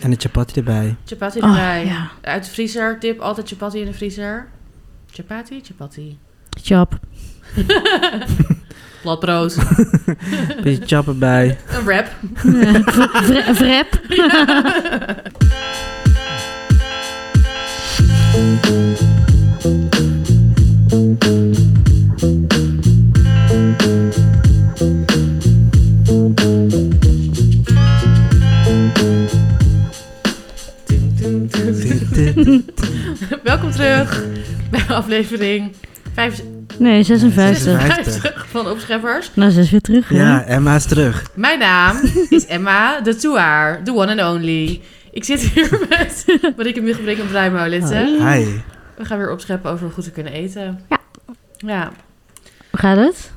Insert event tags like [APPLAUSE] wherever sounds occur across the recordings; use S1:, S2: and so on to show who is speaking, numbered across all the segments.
S1: En de chapati
S2: [LAUGHS]
S1: erbij.
S3: Chapati
S2: Oh,
S3: erbij.
S2: ja.
S3: Uit de vriezer. Tip, altijd chapati in de vriezer. Chapati,
S2: [LAUGHS]
S3: chapati.
S2: Chap.
S3: Platbrood.
S1: Beetje chap
S2: [LAUGHS]
S1: erbij.
S3: Een wrap.
S2: Vre- Vrep.
S3: Welkom terug bij aflevering 55
S2: Nee, 56.
S1: 56.
S3: van Opscheppers.
S2: Nou, ze is weer terug. hè?
S1: Ja, Emma is terug.
S3: Mijn naam is Emma de Toeaar, the one and only. Ik zit hier [LAUGHS] met Marieke Muggebrink en Brian Maulitsen.
S1: Hi.
S3: We gaan weer opscheppen over hoe goed te kunnen eten.
S2: Ja.
S3: Ja,
S2: Hoe gaat het?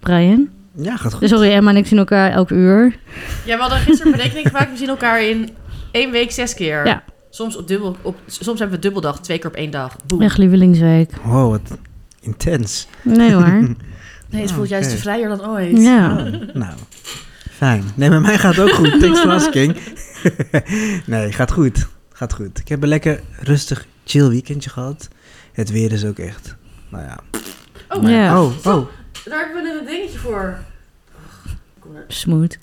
S2: Brian?
S1: Ja, gaat goed.
S2: Sorry, Emma en ik zien elkaar elk uur.
S3: Ja, we hadden gisteren een berekening gemaakt. We zien elkaar in één week zes keer.
S2: Ja.
S3: Soms, op dubbel, op, soms hebben we dubbeldag, twee keer op één dag. Boem.
S2: Echt lievelingsweek.
S1: Wow, wat intens. [LAUGHS]
S2: Nee hoor.
S3: Nee, het
S1: Ah,
S3: voelt juist
S1: oké.
S3: vrijer dan ooit.
S2: Ja.
S1: Oh, nou, fijn. Nee, met mij gaat het ook
S2: [LAUGHS]
S1: goed. Thanks for asking. [LAUGHS] nee, gaat goed. Gaat goed. Ik heb een lekker rustig, chill weekendje gehad. Het weer is ook echt. Nou ja.
S3: Oh,
S1: Maar-
S2: Ja.
S1: Oh, oh.
S3: daar hebben we een dingetje voor. Kom maar.
S2: Smooth.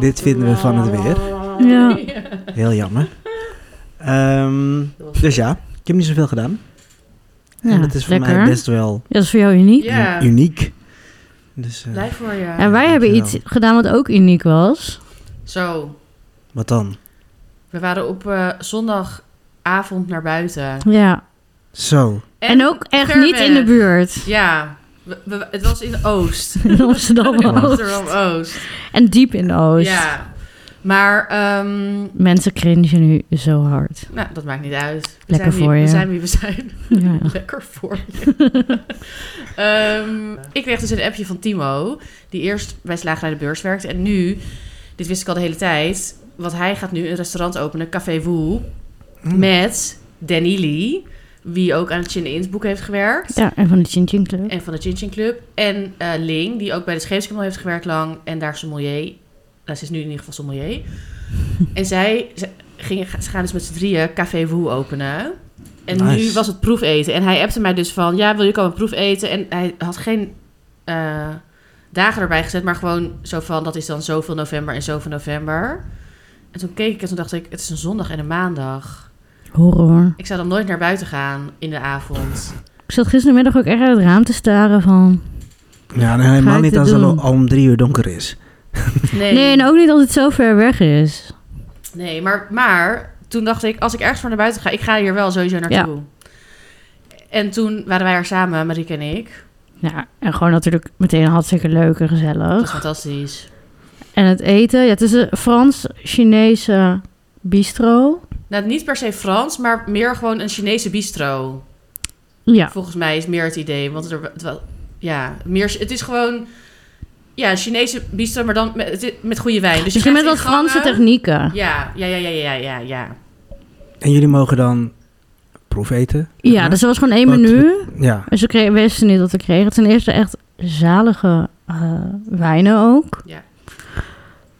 S1: Dit vinden we van het weer.
S2: Ja.
S1: Heel jammer. Ehm, dus ja, ik heb niet zoveel gedaan.
S2: Ja,
S1: en dat is voor
S2: lekker.
S1: mij best wel
S2: Ja, dat is voor jou uniek.
S3: Ja.
S1: u- uniek. Dus eh,
S3: Blij voor je.
S2: En wij hebben
S1: dankjewel.
S2: iets gedaan wat ook uniek was.
S3: Zo,
S1: wat dan?
S3: we waren op eh, zondagavond naar buiten.
S2: Ja.
S1: Zo.
S2: En ook echt
S3: ver
S2: niet in
S3: weg.
S2: de buurt.
S3: Ja, we- we- het was in Oost.
S2: [LAUGHS] In Amsterdam. Oost.
S3: Amsterdam Oost.
S2: En diep in de oost.
S3: Ja, maar ehm,
S2: Mensen cringen nu zo hard.
S3: nou, dat maakt niet uit. We
S2: Lekker
S3: zijn wie-
S2: voor je.
S3: We zijn wie we zijn.
S2: Ja.
S3: Lekker voor je. Ehm, ik kreeg dus een appje van Timo, die eerst bij Slagerij de Beurs werkte. En nu, dit wist ik al de hele tijd, want hij gaat nu een restaurant openen, Café Woe,
S1: Mm.
S3: met Danny Lee, wie ook aan het Chin Inns boek heeft gewerkt.
S2: ja, en van de Chin Chin Club.
S3: En van de Chin Chin Club. En eh, Ling, die ook bij de Scheepskanaal heeft gewerkt lang. En daar sommelier. Nou, ze is nu in ieder geval sommelier. en zij, ze, gingen, ze gaan dus met z'n drieën Café Woe openen. En nu
S1: Nice.
S3: was het proefeten. En hij appte mij dus van, ja, wil je komen proefeten? En hij had geen eh, dagen erbij gezet, maar gewoon zo van, dat is dan zoveel november en zoveel november. En toen keek ik en toen dacht ik, het is een zondag en een maandag.
S2: Horror.
S3: Ik zou dan nooit naar buiten gaan in de avond.
S2: Ik zat gistermiddag ook echt uit het raam te staren van...
S1: Ja, nou, helemaal
S2: ik
S1: niet
S2: dit
S1: als het al,
S2: doen?
S1: al om drie uur donker is.
S3: Nee,
S2: Nee, en ook niet als het zo ver weg is.
S3: Nee, maar, maar toen dacht ik, als ik ergens voor naar buiten ga, ik ga hier wel sowieso naartoe. En toen waren wij er samen, Marieke en ik.
S2: Ja, en gewoon natuurlijk meteen hartstikke leuk en
S3: Dat was
S2: gezellig.
S3: fantastisch.
S2: En het eten, ja, het is een Frans-Chinese bistro.
S3: Nou, niet per se Frans, maar meer gewoon een Chinese bistro.
S2: Ja,
S3: Volgens mij is meer het idee. Want er, het, wel- ja, meer, het is gewoon ja, een Chinese bistro, maar dan met, het is- met goede wijn. Dus je
S2: dus je met
S3: krijgt
S2: wat
S3: ingangen.
S2: Franse technieken.
S3: Ja, ja, ja, ja, ja, ja, ja.
S1: En jullie mogen dan proefeten?
S2: Ja, dus er was gewoon één
S1: Wat-
S2: menu.
S1: Ja.
S2: En ze kregen, wisten ze niet wat we kregen. Ten eerste echt zalige eh, wijnen ook.
S3: Ja.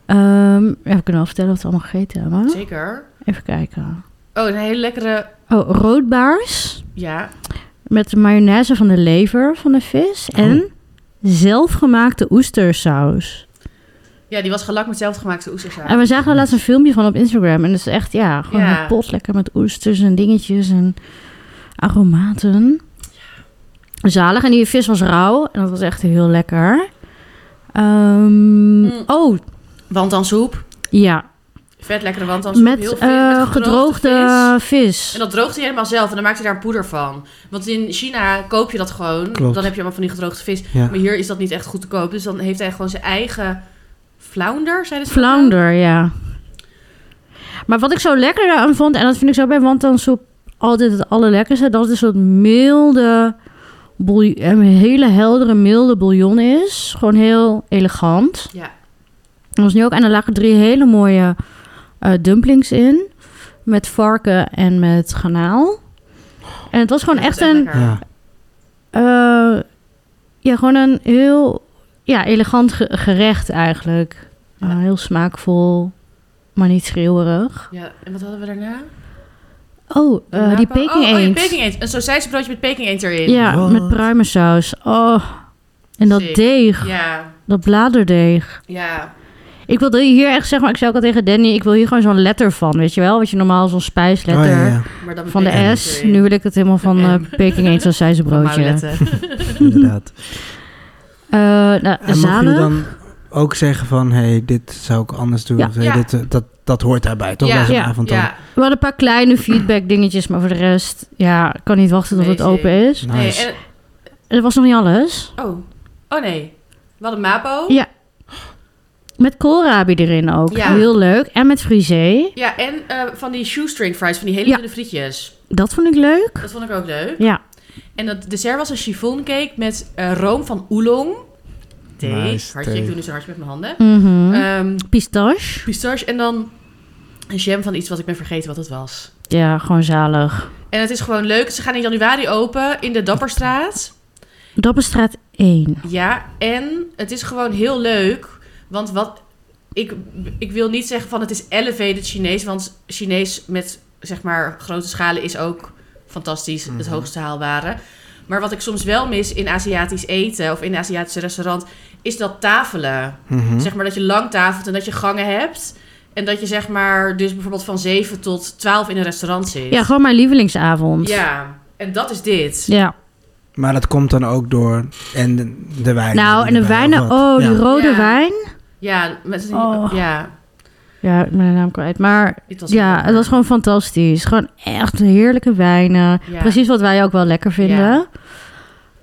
S2: Ehm, ja, we kunnen wel vertellen wat we allemaal gegeten hebben.
S3: Zeker.
S2: Even kijken.
S3: Oh, een hele lekkere...
S2: Oh, roodbaars.
S3: Ja,
S2: Met de mayonaise van de lever van de vis.
S3: Oh.
S2: En zelfgemaakte oestersaus.
S3: ja die was gelakt met zelfgemaakte oestersaus.
S2: En we zagen er laatst een filmpje van op Instagram. En het is echt, ja, gewoon
S3: Ja.
S2: een pot lekker met oesters en dingetjes en aromaten. Zalig. En die vis was rauw. En dat was echt heel lekker. Ehm,
S3: Mm.
S2: Oh,
S3: Wantansoep.
S2: ja.
S3: Vet lekkere wantansoep.
S2: Met,
S3: heel veel,
S2: eh,
S3: met
S2: gedroogde
S3: vis.
S2: vis.
S3: En dat droogt hij helemaal zelf en dan maakt hij daar een poeder van. Want in China koop je dat gewoon.
S1: Klopt.
S3: Dan heb je allemaal van die gedroogde vis.
S1: Ja.
S3: Maar hier is dat niet echt goed te koop. Dus dan heeft hij gewoon zijn eigen flounder, zeiden ze. dat nou?
S2: Flounder, ja. Maar wat ik zo lekker aan vond, en dat vind ik zo bij wontonsoep altijd het allerlekkerste, dat het een soort milde, bouil- een hele heldere, milde bouillon is. Gewoon heel elegant.
S3: Ja.
S2: Dat was nu ook, en er lagen drie hele mooie eh, dumplings in, met varken en met garnaal. En het was gewoon
S3: Dat is
S2: echt een,
S3: lekker.
S1: ja.
S2: eh, ja, gewoon een heel ja, elegant ge- gerecht eigenlijk. Eh,
S3: Ja.
S2: heel smaakvol. maar niet schreeuwerig.
S3: Ja, en wat hadden we daarna?
S2: Oh, eh,
S3: Daarna
S2: die
S3: pa-
S2: Peking
S3: oh, oh, ja,
S2: eend.
S3: Peking eend. Een sausijzenbroodje met Peking eend erin.
S2: ja,
S1: What?
S2: met pruimensaus. Oh, en dat
S3: Sick.
S2: deeg,
S3: Ja,
S2: dat bladerdeeg.
S3: ja.
S2: Ik wilde hier echt zeggen, maar ik zei ook al tegen Danny, ik wil hier gewoon zo'n letter van, weet je wel? Wat je normaal zo'n spijsletter
S1: Oh, ja, ja.
S3: Maar dan met
S2: van
S3: Peking
S2: de
S3: eend
S2: S.
S3: erin.
S2: Nu wil ik het helemaal van
S3: Een
S2: eh,
S3: M.
S2: Peking eend zo'n
S3: [LAUGHS] Van
S2: broodje.
S3: Maulette.
S2: [LAUGHS]
S1: inderdaad.
S2: Eh nou,
S1: En mag je
S2: zalig.
S1: dan ook zeggen van, hé, hey, dit zou ik anders doen.
S2: Ja.
S1: Of, hey,
S3: Ja.
S1: dit, eh, dat, dat hoort daarbij, toch?
S3: Ja.
S1: Bij zo'n
S2: Ja.
S1: avond dan.
S3: Ja,
S2: We hadden een paar kleine feedback dingetjes, maar voor de rest, ja, ik kan niet wachten tot het
S3: Amazing.
S2: open is.
S1: Nice.
S3: nee. En,
S2: En dat was nog niet alles.
S3: oh. oh nee. We hadden Mapo.
S2: Ja. Met koolrabi erin ook.
S3: Ja.
S2: Heel leuk. En met frisee.
S3: Ja, en eh, van die shoestring fries, van die hele
S2: Ja.
S3: dunne frietjes.
S2: Dat vond ik leuk.
S3: Dat vond ik ook leuk.
S2: Ja.
S3: En dat dessert was een chiffoncake met eh, room van oolong. Thee.
S1: Nice,
S3: hartje,
S1: thee.
S3: ik doe nu zo'n hartje met mijn handen.
S2: Mhm.
S3: Ehm,
S2: Pistache.
S3: pistache en dan een jam van iets wat ik ben vergeten wat het was.
S2: Ja, gewoon zalig.
S3: En het is gewoon leuk. Ze gaan in januari open in de Dapperstraat.
S2: Dapperstraat 1.
S3: Ja, en het is gewoon heel leuk. Want wat... Ik, ik wil niet zeggen van het is elevated Chinees. Want Chinees met, zeg maar, grote schalen is ook fantastisch. Het
S1: Mhm.
S3: hoogste haalbare. Maar wat ik soms wel mis in Aziatisch eten... of in een Aziatische restaurant... is dat tafelen.
S1: Mhm.
S3: Zeg maar dat je lang tafelt en dat je gangen hebt. En dat je zeg maar dus bijvoorbeeld van 7 tot 12 in een restaurant zit.
S2: Ja, gewoon mijn lievelingsavond.
S3: Ja, en dat is dit.
S2: Ja.
S1: Maar dat komt dan ook door en de, de wijn.
S2: Nou, en de wijnen. Oh, die rode
S3: Ja.
S2: wijn.
S3: Ja, met,
S2: Oh.
S3: ja,
S2: Ja, ik ben de naam kwijt. Maar
S3: het was
S2: ja, het was gewoon fantastisch. Gewoon echt heerlijke wijnen.
S3: Ja.
S2: Precies wat wij ook wel lekker vinden.
S3: Ja.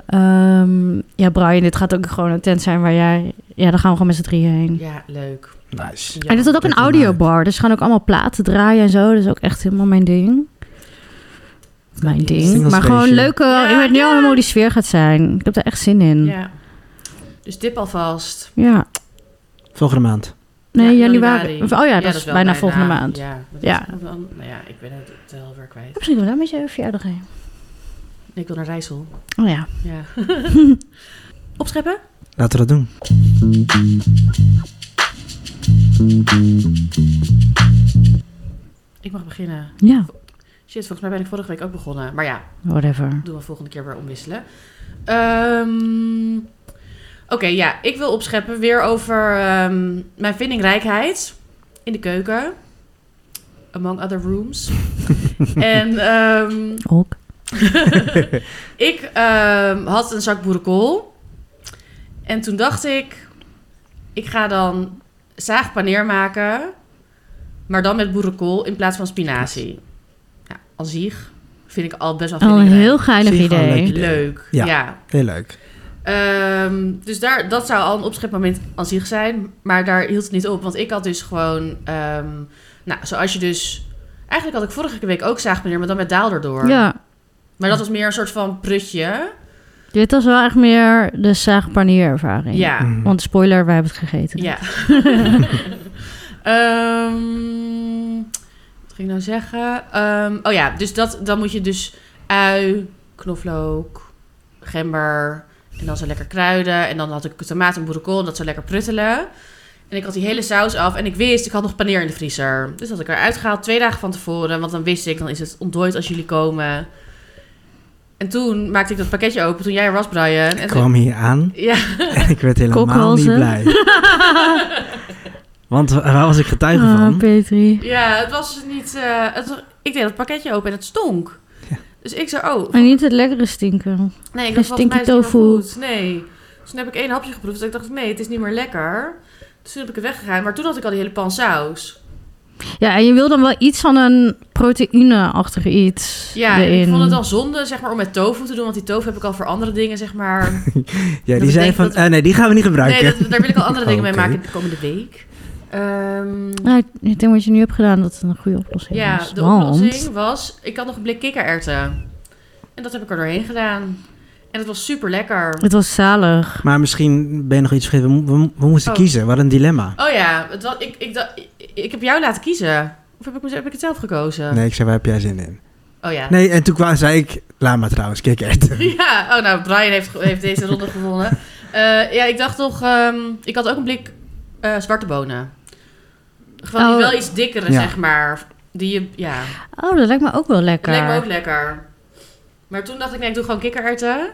S2: Ja. ja, Brian, dit gaat ook gewoon een tent zijn waar jij... Ja, daar gaan we gewoon met z'n drieën heen.
S3: Ja, leuk.
S1: Nice.
S3: Ja.
S2: en dit had ook een
S1: kijk ernaar uit.
S2: audiobar. Dus we gaan ook allemaal platen draaien en zo. Dat is ook echt helemaal mijn ding. Mijn ding.
S1: Single
S2: Maar gewoon eh,
S1: station.
S2: leuke...
S3: Ja,
S2: ik weet niet
S3: ja.
S2: helemaal hoe die sfeer gaat zijn. Ik heb daar echt zin in. Ja.
S3: Ja. Dus dip alvast.
S1: Volgende maand.
S2: Nee,
S3: Ja,
S2: januari. Of- Oh ja, dat, is
S3: wel
S2: bijna, volgende maand.
S3: Ja, maar dat
S2: Ja.
S3: is ook wel- nou ja, ik ben het wel weer kwijt.
S2: Misschien wel daar met je verjaardag heen.
S3: Nee, ik wil naar Rijssel.
S2: Oh ja. [LAUGHS]
S3: Ja. Opscheppen?
S1: Laten we dat doen.
S3: Ik mag beginnen.
S2: Ja,
S3: Shit, volgens mij ben ik vorige week ook begonnen. Maar ja,
S2: whatever.
S3: doen we volgende keer weer omwisselen. Ehm, Oké, ja, ik wil opscheppen weer over ehm, mijn vindingrijkheid in de keuken. Among other rooms. en ehm,
S2: Ook.
S3: ik ehm, had een zak boerenkool. En toen dacht ik, ik ga dan zaagpaneer maken, maar dan met boerenkool in plaats van spinazie. Ja, al zieg vind ik al best wel
S2: Al Oh, een
S3: vindingrijk.
S2: heel geinig
S1: Zie je gewoon
S2: idee.
S1: leuk.
S3: leuk.
S1: Ja.
S3: ja.
S1: Heel leuk.
S3: Ehm, dus daar, dat zou al een opschepmoment aan zich zijn. Maar daar hield het niet op. Want ik had dus gewoon... ehm, nou, zoals je dus... Eigenlijk had ik vorige week ook zaagpaneer, maar dan met daal erdoor.
S2: Ja,
S3: Maar dat was meer een soort van prutje.
S2: dit was wel echt meer de zaagpanieerervaring.
S3: Ja,
S1: Mhm.
S2: Want spoiler, wij hebben het gegeten.
S3: ja. [LAUGHS] Ehm, wat ging ik nou zeggen? Ehm, oh ja, dus dat, dan moet je dus ui, knoflook, gember... En dan zo lekker kruiden. En dan had ik tomaat en boerenkool. En dat zo lekker pruttelen. En ik had die hele saus af. En ik wist, ik had nog paneer in de vriezer. Dus dat had ik eruit gehaald twee dagen van tevoren. Want dan wist ik, dan is het ontdooid als jullie komen. En toen maakte ik dat pakketje open. Toen jij er was, Brian. En
S1: Ik
S3: toen-
S1: kwam hier aan
S3: Ja,
S1: en [LAUGHS] ik werd helemaal niet
S2: Kokhalzen. [LAUGHS]
S1: blij. Want wa- waar was ik getuige
S2: Ah,
S1: van?
S2: Petri.
S3: ja het was dus niet... eh, het, ik deed dat pakketje open en het stonk.
S1: Ja.
S3: Dus ik zei, oh,
S2: Maar niet het lekkere stinken.
S3: Nee, ik dacht, volgens mij
S2: Geen
S3: is het
S2: stinky
S3: niet meer
S2: tofu.
S3: goed. Nee. Dus toen heb ik één hapje geproefd. En ik dacht, nee, het is niet meer lekker. Dus toen heb ik het weggegaan. Maar toen had ik al die hele pan saus.
S2: Ja, en je wil dan wel iets van een proteïne-achtig iets
S3: Ja, en
S2: erin.
S3: ik vond het al zonde zeg maar, om met tofu te doen. Want die tofu heb ik al voor andere dingen, zeg maar.
S1: Ja,
S3: dat
S1: die
S3: ik
S1: zei
S3: denk
S1: van,
S3: dat-
S1: eh, nee, die gaan we niet gebruiken.
S3: Nee, dat- daar wil ik al andere dingen
S1: Oké.
S3: mee maken de komende week. Ehm,
S2: Nou, ik denk wat je nu hebt gedaan, dat het een goede oplossing
S3: ja,
S2: is.
S3: de
S2: Want-
S3: oplossing was... Ik had nog een blik kikkererwten. En dat heb ik er doorheen gedaan. En het was super lekker.
S2: Het was zalig.
S1: Maar misschien ben je nog iets vergeten. We, mo- we, we moesten
S3: Oh.
S1: kiezen. Wat een dilemma.
S3: Oh ja, het was, ik, ik, dacht- ik, ik heb jou laten kiezen. Of heb ik, mez- heb ik het zelf gekozen?
S1: Nee, ik zei, waar heb jij zin in?
S3: Oh ja.
S1: Nee, en toen kwam, zei ik, laat maar trouwens, kijk uit.
S3: [LAUGHS]
S2: [LAUGHS]
S3: Ja, oh nou, Brian heeft, heeft deze ronde gewonnen. Eh, ja, ik dacht toch, ehm, ik had ook een blik eh, zwarte bonen. Gewoon die
S2: Oh.
S3: wel iets dikkere,
S1: Ja.
S3: zeg maar. Die je, ja,
S2: Oh, dat lijkt me ook wel
S3: dat
S2: lekker.
S3: leek me ook lekker. Maar toen dacht ik, nee, ik doe gewoon kikkererwten.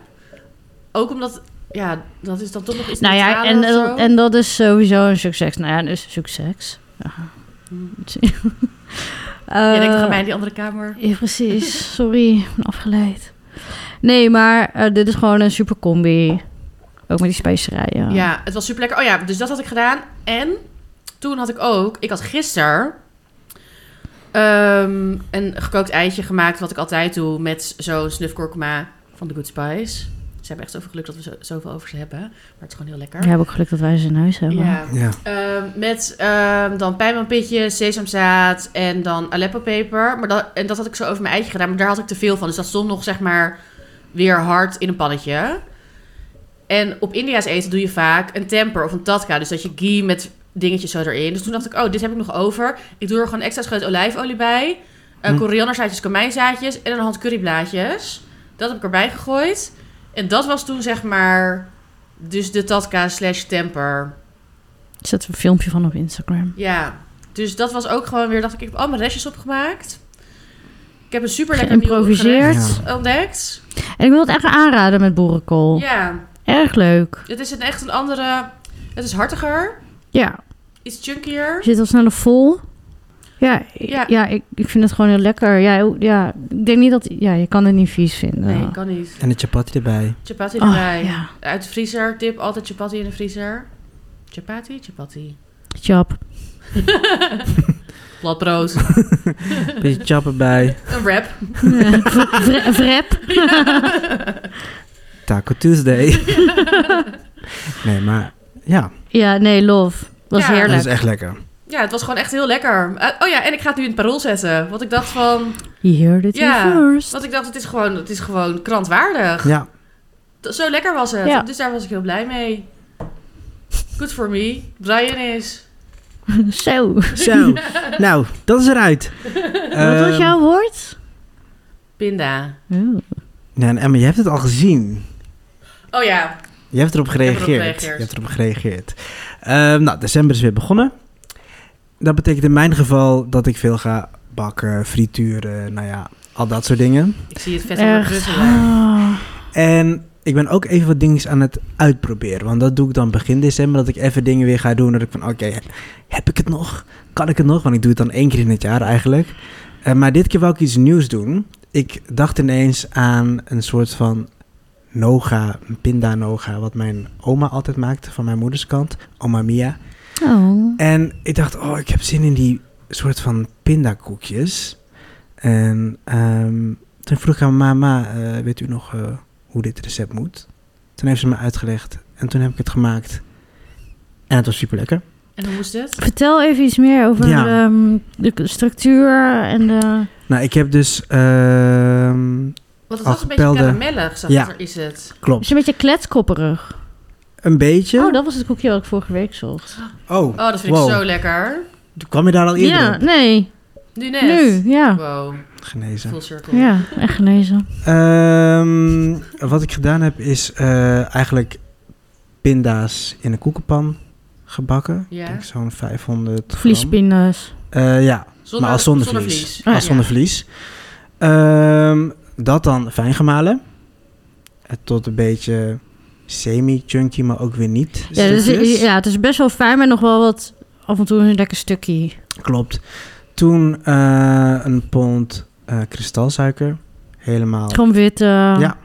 S3: Ook omdat, ja, dat is dan toch nog iets
S2: Nou ja, en,
S3: neutraler of zo.
S2: en dat is sowieso een succes. Nou ja, dus succes.
S3: [LAUGHS]
S2: Ja.
S3: Jij denkt,
S2: Eh,
S3: ga mij in die andere kamer.
S2: Ja, precies. Sorry, ik ben afgeleid. Nee, maar eh, dit is gewoon een super combi. Ook met die specerijen.
S3: Ja, het was super lekker. Oh ja, dus dat had ik gedaan. En toen had ik ook, ik had gisteren ehm, een gekookt eitje gemaakt, wat ik altijd doe, met zo'n snufkorkma van The Good Spice. Ze hebben echt zoveel geluk dat we zo, zoveel over ze hebben. Maar het is gewoon heel lekker.
S2: We hebben ook geluk dat wij ze in huis hebben.
S3: Ja.
S1: Ja.
S3: Ehm, met ehm, dan pijnmanpitje, sesamzaad en dan Aleppo-peper. Maar dat, en dat had ik zo over mijn eitje gedaan, maar daar had ik te veel van. Dus dat stond nog, zeg maar, weer hard in een pannetje. En op India's eten doe je vaak een temper of een tatka. Dus dat je ghee met dingetjes zo erin. Dus toen dacht ik, oh, dit heb ik nog over. Ik doe er gewoon extra scheut olijfolie bij. eh
S1: Hm.
S3: Korianderzaadjes, kamijnzaadjes en een hand curryblaadjes. Dat heb ik erbij gegooid. En dat was toen, zeg maar, dus de tatka slash temper.
S2: Ik Zet er een filmpje van op Instagram.
S3: Ja, dus dat was ook gewoon weer, dacht ik, ik heb al mijn restjes opgemaakt. Ik heb een super lekker
S2: Geïmproviseerd.
S1: Ja.
S3: ontdekt.
S2: En ik wil het echt aanraden met boerenkool.
S3: Ja,
S2: Erg leuk.
S3: het is een, echt een andere, het is hartiger,
S2: Ja,
S3: iets chunkier.
S2: je zit al sneller vol. Ja, ik-
S3: Ja.
S2: ja. ik, ik vind het gewoon heel lekker. Ja, hoe- ja, ik denk niet dat... Ja, je kan het niet vies vinden.
S3: Nee, kan niet.
S1: En de chapati erbij.
S3: Chapati
S2: Oh,
S3: erbij.
S2: ja.
S3: Uit de vriezer, tip, altijd chapati in de vriezer. Chapati,
S2: [LAUGHS]
S3: chapati.
S2: Chap.
S3: [LAUGHS] Platbrood.
S1: Beetje chap erbij.
S3: een wrap.
S2: Vre- Vrep.
S1: Taco
S2: [LAUGHS]
S1: Tuesday. nee, maar ja.
S2: Ja, nee, love. Was
S3: Ja.
S1: Dat
S2: heerlijk.
S1: is echt lekker.
S3: Ja, het was gewoon echt heel lekker. Eh, oh ja, en ik ga het nu in het parool zetten. Want ik dacht van,
S1: e-
S2: You heard it
S3: Ja.
S2: here first.
S3: want ik dacht, het is gewoon, het is gewoon krantwaardig.
S1: Ja.
S3: T- Zo lekker was het.
S2: Ja.
S3: Dus daar was ik heel blij mee. Good for me. Brian is.
S2: Zo. [LAUGHS]
S1: Zo. Nou, dat is eruit.
S2: Wat
S1: Ehm.
S2: was jouw woord?
S3: Pinda.
S1: Nee, en Emma, je hebt het al gezien.
S3: Oh ja.
S1: Je hebt erop gereageerd.
S3: gereageerd.
S1: Je hebt erop gereageerd. Ehm, nou, december is weer begonnen. Dat betekent in mijn geval dat ik veel ga bakken, frituren, nou ja, al dat soort dingen.
S3: Ik zie het vet aan
S2: Echt.
S3: Brussel.
S2: Ah.
S1: En ik ben ook even wat dingetjes aan het uitproberen. Want dat doe ik dan begin december. Dat ik even dingen weer ga doen. Dat ik van, oké, heb ik het nog? Kan ik het nog? Want ik doe het dan één keer in het jaar eigenlijk. Eh, maar dit keer wil ik iets nieuws doen. Ik dacht ineens aan een soort van noga, een pinda noga. Wat mijn oma altijd maakte van mijn moeders kant. Oma Mia.
S2: Oh.
S1: En ik dacht, oh, ik heb zin in die soort van pindakoekjes. En ehm, toen vroeg ik aan mama, eh, weet u nog eh, hoe dit recept moet? Toen heeft ze me uitgelegd en toen heb ik het gemaakt. En het was super lekker.
S3: En hoe moest het?
S2: Vertel even iets meer over
S1: Ja.
S2: ehm, de k- structuur en de...
S1: Nou, ik heb dus, ehm,
S3: Want het was een beetje
S1: Afgepelde-
S3: karamellig, zag
S1: Ja.
S3: er is het.
S2: Het is
S1: klopt,
S2: een beetje kletskopperig.
S1: een beetje.
S2: Oh, dat was het koekje wat ik vorige week zocht.
S1: Oh,
S3: Oh, dat vind ik
S1: wow.
S3: zo lekker.
S1: Oh, Kwam je daar al eerder
S2: Ja,
S1: op?
S2: nee.
S3: Nu net.
S2: Nu, ja.
S3: Wow,
S1: Genezen.
S3: full circle.
S2: Ja, echt gelezen.
S1: Ehm, wat ik gedaan heb is eh, eigenlijk pinda's in een koekenpan gebakken.
S3: Ja.
S1: Ik denk zo'n 500 gram.
S2: Vliespinnen.
S1: Eh, ja,
S3: Zonder,
S1: maar als zonder vlies.
S3: Ah,
S1: als
S3: ja.
S1: zonder vlies. Ehm, dat dan fijn gemalen. Eh, Tot een beetje semi-chunky, maar ook weer niet.
S2: Ja, dus,
S1: stukjes.
S2: ja, het is best wel fijn, maar nog wel wat... Af en toe een lekker stukje.
S1: Klopt. Toen eh, een pond eh, kristalsuiker. Helemaal.
S2: Gewoon wit. eh,
S1: Ja.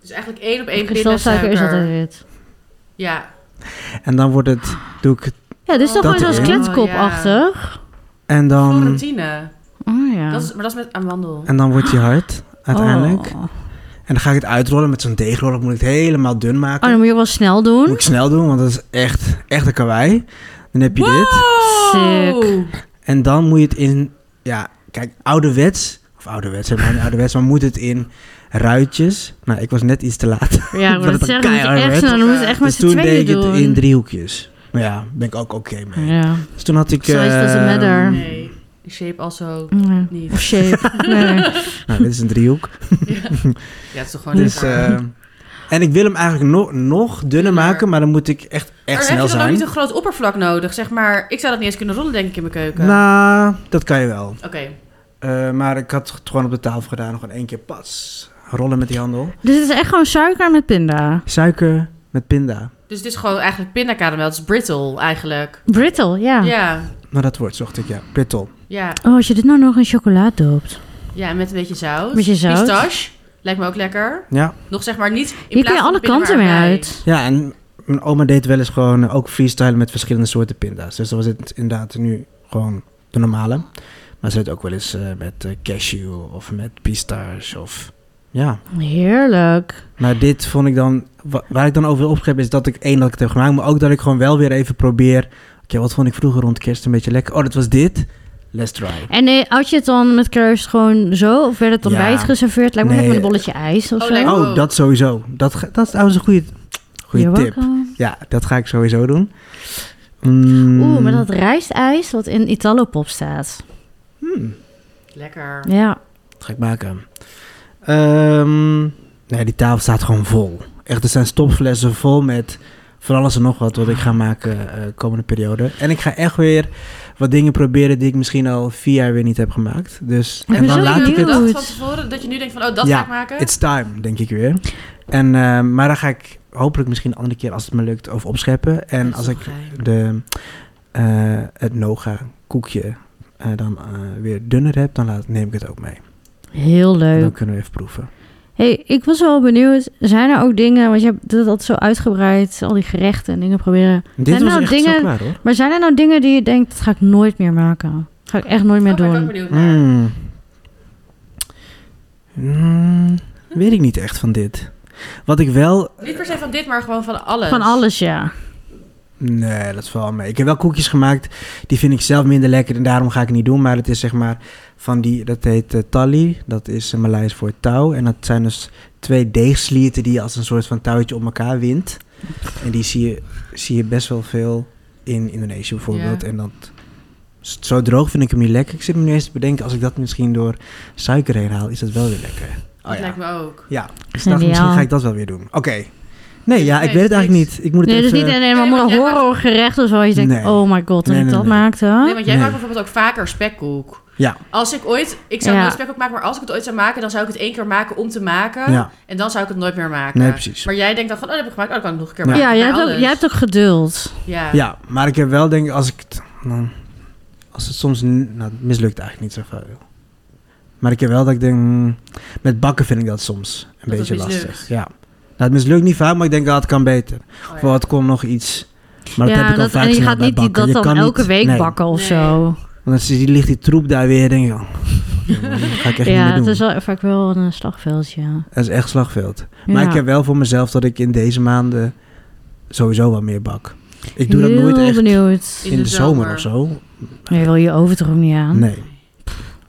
S3: Dus eigenlijk één op één
S2: Kristalsuiker is altijd
S3: pinda
S2: wit.
S3: Ja.
S1: En dan wordt het, doe ik het.
S2: Ja, dit is toch
S1: Dat
S2: gewoon zoals
S1: erin.
S2: kletskopachtig?
S1: En dan,
S3: Florentine.
S2: Oh ja.
S3: Dat is, maar dat is met amandel.
S1: en dan wordt je hard, uiteindelijk.
S2: Oh.
S1: En dan ga ik het uitrollen met zo'n deegroller. Moet ik het helemaal dun maken.
S2: Oh, dan moet je wel snel
S1: Moet
S2: doen.
S1: ik snel doen, want dat is echt, echt een kawaii. Dan heb je dit.
S3: Wow!
S1: En dan moet je het in, ja, kijk, ouderwets, of ouderwets, helemaal niet ouderwets, maar moet het in ruitjes. Nou, ik was net iets te laat.
S2: Ja,
S1: Dat
S2: ik wil
S1: het
S2: het
S1: een
S2: zeggen, moet je
S1: keihard
S2: echt
S1: werd.
S2: snel, dan moet je het echt met
S1: dus
S2: z'n
S1: toen deed
S2: tweeën
S1: ik het
S2: doen.
S1: in driehoekjes. Maar ja, ben ik ook oké mee.
S2: Ja.
S1: Dus toen had ik...
S2: Size doesn't
S1: ehm,
S2: matter.
S3: Nee, shape also
S2: Ja.
S3: niet.
S2: Of shape. nee.
S3: [LAUGHS]
S1: Nou, dit is een driehoek.
S3: Ja, het is toch gewoon
S1: Dus
S3: lekker.
S1: ehm, En ik wil hem eigenlijk nog, nog dunner
S3: Dunner.
S1: maken, maar dan moet ik echt, echt
S3: maar heb
S1: snel
S3: je dan ook
S1: zijn.
S3: niet een groot oppervlak nodig? Zeg maar, ik zou dat niet eens kunnen rollen, denk ik, in mijn keuken.
S1: Nou, dat kan je wel.
S3: Oké.
S1: Eh, maar ik had het gewoon op de tafel gedaan, nog in één keer pas. Rollen met die handel.
S2: Dus het is echt gewoon suiker met pinda.
S1: Suiker met pinda.
S3: Dus het is gewoon eigenlijk pindakaramel. Het is brittle eigenlijk.
S2: Brittle, ja.
S3: Ja.
S1: Maar dat woord zocht ik, ja. Brittle.
S3: Ja.
S2: Oh, als je dit nou nog in chocola doopt.
S3: Ja, en met een beetje zout.
S2: Beetje zout.
S3: Pistache. Lijkt me ook lekker.
S1: Ja.
S3: Nog zeg maar niet... In
S2: Hier kun
S3: plaats
S2: je
S3: van de
S2: alle
S3: pinda
S2: kanten
S3: maar
S2: mee
S3: erbij.
S2: uit.
S1: Ja, en mijn oma deed wel eens gewoon eh, ook freestylen met verschillende soorten pinda's. Dus dan was het inderdaad nu gewoon de normale. Maar ze deed ook wel eens eh, met eh, cashew of met pistache of... Ja,
S2: Heerlijk.
S1: maar dit vond ik dan... wa- Waar ik dan over wil opgeven is dat ik één dat ik het heb gemaakt... maar ook dat ik gewoon wel weer even probeer... Oké, wat vond ik vroeger rond kerst een beetje lekker? Oh, dat was dit. Let's try.
S2: En nee, had je het dan met kerst gewoon zo? Of werd het dan
S1: Ja.
S2: bij het geserveerd? Lijkt me
S1: Nee.
S2: lekker met een bolletje ijs of
S3: Oh,
S2: zo.
S3: lekker.
S1: Oh, dat sowieso. Dat, ga- dat is trouwens een goede, goede
S2: You're
S1: Oh, tip.
S2: welcome.
S1: Ja, dat ga ik sowieso doen. Mm.
S2: Oeh, maar dat rijstijs wat in Italopop staat.
S1: Hmm.
S3: Lekker.
S2: Ja.
S1: Dat ga ik maken. Ehm, nee, die tafel staat gewoon vol. Echt, er zijn stopflessen vol met van alles en nog wat wat ik ga maken eh komende periode. En ik ga echt weer wat dingen proberen die ik misschien al vier jaar weer niet heb gemaakt. Dus,
S2: Ik
S1: en
S2: ben
S1: dan
S2: zo
S1: laat ik het...
S2: benieuwd.
S3: Dat
S2: Goed.
S3: van tevoren, dat je nu denkt van, oh, dat
S1: Ja,
S3: ga ik maken.
S1: It's time, denk ik weer. En, eh, maar dan ga ik hopelijk misschien een andere keer, als het me lukt, over opscheppen. En als ik de, eh, het Noga koekje eh, dan eh, weer dunner heb, dan laat, neem ik het ook mee.
S2: Heel
S1: En Dan
S2: leuk.
S1: kunnen we even proeven.
S2: hey, ik was wel benieuwd. Zijn er ook dingen, want je hebt dat altijd zo uitgebreid, al die gerechten en dingen proberen.
S1: Dit
S2: Zijn
S1: was
S2: nou
S1: echt
S2: dingen-
S1: zo klaar hoor.
S2: Maar zijn er nou dingen die je denkt, dat ga ik nooit meer maken? Ga ik echt nooit meer
S3: Oh, ben ik ook
S2: doen.
S3: benieuwd naar.
S2: Hmm.
S1: Mm. Mm, weet ik niet echt van dit. Wat ik wel...
S3: Niet per se van dit, maar gewoon van alles.
S2: Van alles, ja.
S1: Nee, dat valt mee. Ik heb wel koekjes gemaakt. Die vind ik zelf minder lekker en daarom ga ik het niet doen. Maar het is zeg maar van die... Dat heet eh, tali. Dat is een Maleis voor touw. En dat zijn dus twee deegslierten die je als een soort van touwtje om elkaar wint. En die zie je, zie je best wel veel in Indonesië bijvoorbeeld.
S3: Ja.
S1: En dat... Zo droog vind ik hem niet lekker. Ik zit me nu eens te bedenken, als ik dat misschien door suiker heen haal, is dat wel weer lekker.
S3: Dat lijkt me ook.
S1: Oh, Ja, dus dacht,
S2: Geniaal.
S1: misschien ga ik dat wel weer doen. Oké. Nee, ja, ik
S3: Nee,
S1: weet het eigenlijk
S3: niks.
S1: niet. Ik moet het
S2: Nee, dus
S1: even... eh,
S2: niet een helemaal
S3: want jij maakt-
S2: horrorgerecht of zo. Je denkt,
S1: Nee.
S2: oh my god, toen
S1: Nee,
S2: ik
S1: nee,
S2: dat
S1: nee.
S3: Nee,
S2: maakte.
S3: want jij
S1: Nee.
S3: maakt bijvoorbeeld ook vaker spekkoek.
S1: Ja.
S3: Als ik ooit... Ik zou
S2: Ja.
S3: nooit spekkoek maken, maar als ik het ooit zou maken... dan zou ik het één keer maken om te maken.
S1: Ja.
S3: En dan zou ik het nooit meer maken.
S1: Nee, precies.
S3: Maar jij denkt dan van, oh, dat heb ik gemaakt. Oh, dat kan ik nog een keer
S1: Ja.
S3: maken.
S2: Ja, jij
S3: Maar
S2: hebt, ook,
S3: alles.
S2: jij hebt ook geduld.
S3: Ja.
S1: ja, maar ik heb wel denk ik, als ik het... nou, Als het soms... n- Nou, het mislukt eigenlijk niet zo veel. Maar ik heb wel dat ik denk... hmm, Met bakken vind ik dat soms een
S3: Dat het
S1: beetje
S3: mislukt.
S1: lastig. Ja. Nou, het mislukt niet vaak, maar ik denk, ah, het kan beter.
S3: Oh, ja.
S1: Voor het komt nog iets... Maar dat
S2: ja,
S1: heb ik al
S2: dat,
S1: vaak
S2: en je
S1: snel
S2: gaat
S1: bij
S2: niet die,
S1: bakken.
S2: dat
S1: Je
S2: dan
S1: kan
S2: elke
S1: niet-
S2: week
S1: nee,
S2: bakken of
S3: Nee.
S2: zo.
S1: Want dan ligt die troep daar weer en denk ik...
S2: [LAUGHS]
S1: oh, fuck, man, dat ga ik echt niet
S2: ja,
S1: meer
S2: het
S1: doen.
S2: is wel vaak wel een slagveldje. Ja.
S1: Dat is echt slagveld. Maar
S2: Ja.
S1: ik heb wel voor mezelf dat ik in deze maanden sowieso wat meer bak. Ik doe dat nooit
S2: Heel
S1: echt
S2: benieuwd.
S1: in de zomer of zo.
S2: Nee, wil je over toch ook niet aan?
S1: Nee.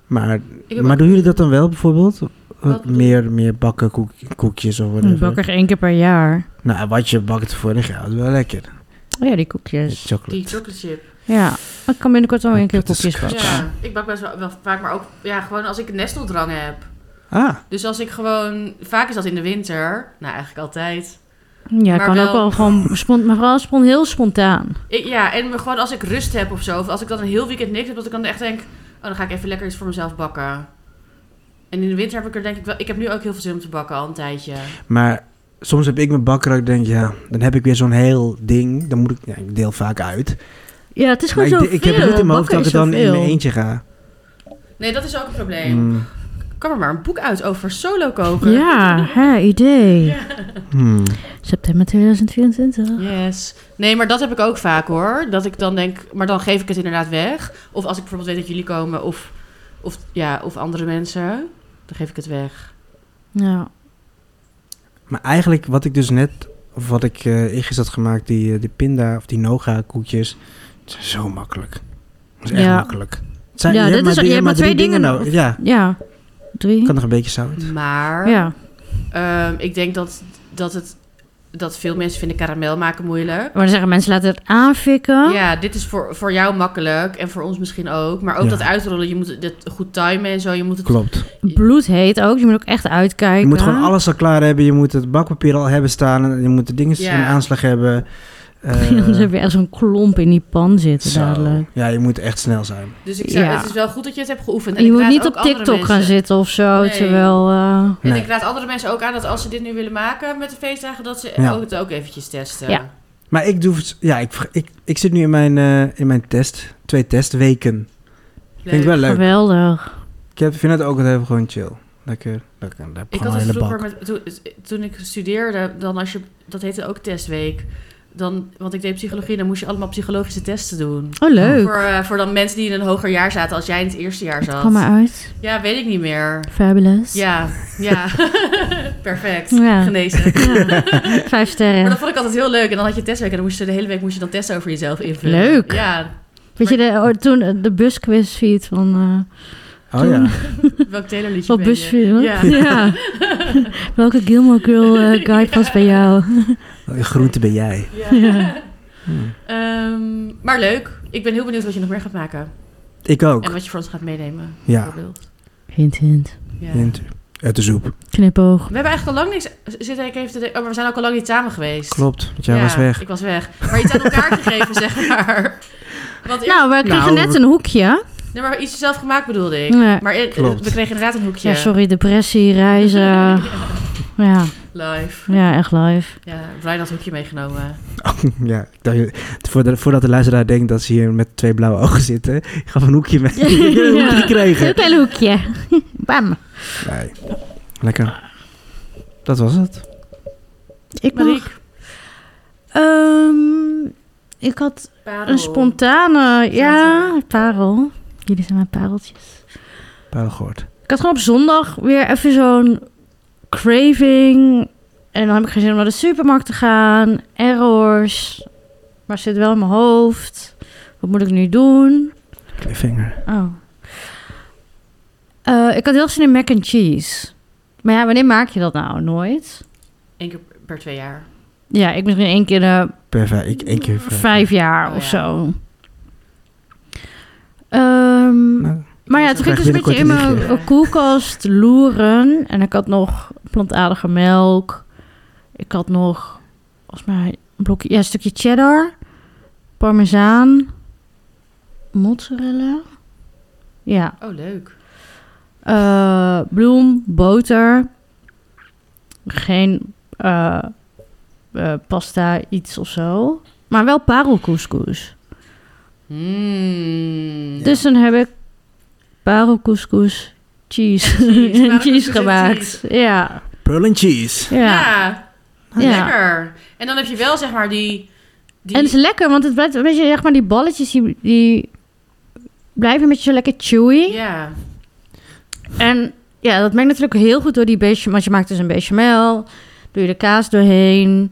S1: Maar,
S3: Ik heb
S1: maar
S3: ook-
S1: doen jullie dat dan wel bijvoorbeeld?
S3: Wat bedoel
S1: Meer, meer bakken koek- koekjes of
S2: Ik
S1: whatever?
S2: bak er één keer per jaar.
S1: Nou, wat je bakt vorig jaar was wel lekker.
S2: Oh ja, die koekjes.
S1: Chocolate.
S3: Dus Die chocolate chip.
S2: Ja, ik kan binnenkort wel
S1: Oh,
S2: een keer
S1: dat is
S2: koekjes
S1: kut.
S2: bakken.
S3: Ja, ik bak best wel, wel vaak, maar ook ja, gewoon als ik een nesteldrang heb.
S1: Ah,
S3: Dus als ik gewoon, vaak is dat in de winter, nou eigenlijk altijd.
S2: Ja,
S3: Maar
S2: kan
S3: wel-
S2: ook
S3: [LAUGHS]
S2: wel gewoon, spont, maar vooral spont, heel spontaan.
S3: Ik, ja, en me gewoon als ik rust heb of zo, of als ik dan een heel weekend niks heb, dat ik dan echt denk, oh dan ga ik even lekker iets voor mezelf bakken. En in de winter heb ik er denk ik wel, ik heb nu ook heel veel zin om te bakken al een tijdje.
S1: maar soms heb ik mijn bakker dat ik denk, ja, dan heb ik weer zo'n heel ding. Dan moet ik, ja, ik deel vaak uit.
S2: Ja, het is
S1: Maar
S2: gewoon
S1: ik,
S2: zo
S1: ik heb het niet in mijn hoofd dat ik het dan in mijn eentje ga.
S3: Nee, dat is ook een probleem.
S1: Mm.
S3: Kan er maar een boek uit over solo koken.
S2: Ja, hè, idee.
S1: Hmm.
S2: September 2024.
S3: Yes. Nee, maar dat heb ik ook vaak hoor. Dat ik dan denk, maar dan geef ik het inderdaad weg. Of als ik bijvoorbeeld weet dat jullie komen of, of, ja, of andere mensen, dan geef ik het weg.
S2: Ja.
S1: Maar eigenlijk wat ik dus net, of wat ik eh eerst had gemaakt, die, eh, die pinda of die noga koekjes, het zijn zo makkelijk. Het is echt
S2: Ja.
S1: makkelijk. Het zijn,
S2: Ja,
S1: je
S2: dit
S1: hebt maar,
S2: is-
S1: drie-
S2: je
S1: je hebt maar twee dingen,
S2: dingen Hm?
S1: nodig. Ja,
S2: ja, drie.
S1: kan nog een beetje zout.
S3: Maar
S2: Ja,
S3: ehm, ik denk dat, dat het dat veel mensen vinden karamel maken moeilijk.
S2: Maar dan zeggen mensen, laten het aanfikken.
S3: Ja, dit is voor, voor jou makkelijk en voor ons misschien ook. Maar ook
S1: Ja.
S3: dat uitrollen, je moet het goed timen en zo. Je moet het
S1: Klopt.
S2: Bloed heet ook, dus je moet ook echt uitkijken.
S1: Je moet gewoon
S2: [LAUGHS]
S1: alles al klaar hebben. Je moet het bakpapier al hebben staan. en Je moet de dingetjes
S3: Ja.
S1: in aanslag hebben. Eh,
S2: Dan heb je echt zo'n klomp in die pan zitten
S1: zo.
S2: dadelijk.
S1: Ja, je moet echt snel zijn.
S3: Dus ik zou,
S2: Ja.
S3: het is wel goed dat je het hebt geoefend.
S2: je
S3: ik
S2: moet
S3: raad
S2: niet
S3: ook
S2: op
S3: andere
S2: TikTok gaan
S3: mensen-
S2: zitten of zo,
S3: Nee.
S2: terwijl... eh,
S3: En
S1: Nee.
S3: ik raad andere mensen ook aan dat als ze dit nu willen maken met de feestdagen, dat ze
S1: Ja.
S3: ook het ook eventjes testen.
S2: Ja.
S1: Maar ik doe... het- Ja, ik, ver- ik, ik zit nu in mijn, eh, in mijn test. Twee testweken.
S3: Leuk.
S1: Vind ik wel leuk.
S2: geweldig.
S1: Ik heb, vind het ook altijd even gewoon chill. Lekker. Lekker. Daar heb
S3: Ik had
S1: gewoon
S3: het
S1: een hele
S3: vroeger,
S1: bak.
S3: met, toen, toen ik studeerde, dan als je, dat heette ook testweek. Dan, want ik deed psychologie, dan moest je allemaal psychologische testen doen.
S2: Oh, leuk.
S3: Voor, eh, voor dan mensen die in een hoger jaar zaten, als jij in het eerste jaar
S2: Het
S3: zat.
S2: kwam eruit.
S3: Ja, weet ik niet meer.
S2: Fabulous.
S3: Ja, ja. [LAUGHS] Perfect.
S2: Ja.
S3: Genezen.
S2: Ja. Vijf
S3: Maar
S2: sterren.
S3: dat vond ik altijd heel leuk. En dan had je testweek en dan moest je de hele week moest je dan testen over jezelf invullen.
S2: Leuk.
S3: Ja,
S2: Weet je, de, oh, toen eh, de busquiz feed van... eh,
S1: Oh ja.
S3: welk teleliedje
S2: wat
S3: ben je?
S2: busfeed, hoor. [LAUGHS]
S3: Ja.
S2: Welke Gilmore Girl eh, guide was bij jou?
S1: Welke Oh, groente ben jij?
S3: [LAUGHS] Ja.
S1: Hm.
S3: Ehm, maar leuk. Ik ben heel benieuwd wat je nog meer gaat maken.
S1: Ik ook.
S3: En wat je voor ons gaat meenemen.
S1: Ja.
S3: bijvoorbeeld.
S2: Hint, hint.
S3: Ja.
S1: Hint. Uit de soep.
S2: Knipoog.
S3: We hebben eigenlijk al lang niks... Zit ik even te denken- oh, maar we zijn ook al lang niet samen geweest.
S1: Klopt. Want jij
S3: Ja,
S1: was weg.
S3: Ik was weg. Maar iets aan elkaar gegeven, [LAUGHS] zeg maar. Want eerst-
S2: Nou, we kregen
S1: Nou,
S2: net
S1: we-
S2: een hoekje.
S3: nee, maar iets zelf gemaakt bedoelde ik.
S2: Ja.
S3: Maar in-
S1: Klopt.
S3: we kregen inderdaad een hoekje.
S2: Ja, sorry, depressie, reizen.
S3: [LAUGHS]
S2: ja,
S3: Live.
S2: ja, echt live.
S3: Ja, Brian had een hoekje meegenomen.
S1: [LAUGHS]
S3: eh,
S1: Ja, ik dacht, voordat, voordat de luisteraar denkt dat ze hier met twee blauwe ogen zitten, ik gaf een hoekje mee. Ik heb [LAUGHS] een hoekje
S2: [LAUGHS] Ja.
S1: gekregen.
S2: Een klein hoekje. Bam.
S1: Nee. Lekker. Dat was het.
S2: Ik
S3: Mariek,
S2: mag... Ehm, ik had
S3: parel.
S2: een spontane... Ja,
S3: Zaterdag.
S2: parel. Jullie zijn mijn pareltjes.
S1: Parel gehoord.
S2: Ik had gewoon op zondag weer even zo'n craving. En dan heb ik geen zin om naar de supermarkt te gaan. Errors. Maar het zit wel in mijn hoofd. Wat moet ik nu doen?
S1: Cliffhanger.
S2: Oh. Eh, ik had heel zin in mac and cheese. Maar ja, wanneer maak je dat nou? Nooit.
S3: Eén keer per twee jaar.
S2: Ja, ik misschien één keer de
S1: Per vijf. Ik één keer vijf.
S2: vijf jaar
S3: Oh,
S2: of
S3: ja.
S2: zo. Ehm,
S1: Nou,
S2: Maar ja,
S3: Dus
S2: toen
S1: dan
S2: ging ik dus een
S1: krijg je
S2: beetje in
S1: binnenkort
S3: een
S2: mijn
S3: liedje.
S2: [LAUGHS] koelkast loeren. En ik had nog plantaardige melk. Ik had nog, volgens mij, een blokje, ja, een stukje cheddar. Parmezaan. Mozzarella. Ja.
S3: Oh, leuk.
S2: eh, bloem, boter. Geen eh, eh, pasta, iets of zo. Maar wel parelcouscous.
S1: Hmm.
S3: Mm.
S2: Dus dan heb ik parelcouscous, cheese, [LAUGHS]
S3: Cheese,
S2: en
S3: parelcouscous
S2: cheese
S3: en
S2: gemaakt. Ja,
S1: Pearl and cheese.
S2: ja.
S3: Ja.
S2: Ja.
S3: lekker. En dan heb je wel, zeg maar, die... die
S2: En het is lekker, want het blijft een beetje, zeg maar, die balletjes die, die blijven een beetje zo lekker chewy.
S3: ja.
S2: En ja, dat merkt natuurlijk heel goed door die bechamel, want je maakt dus een bechamel, doe je de kaas doorheen.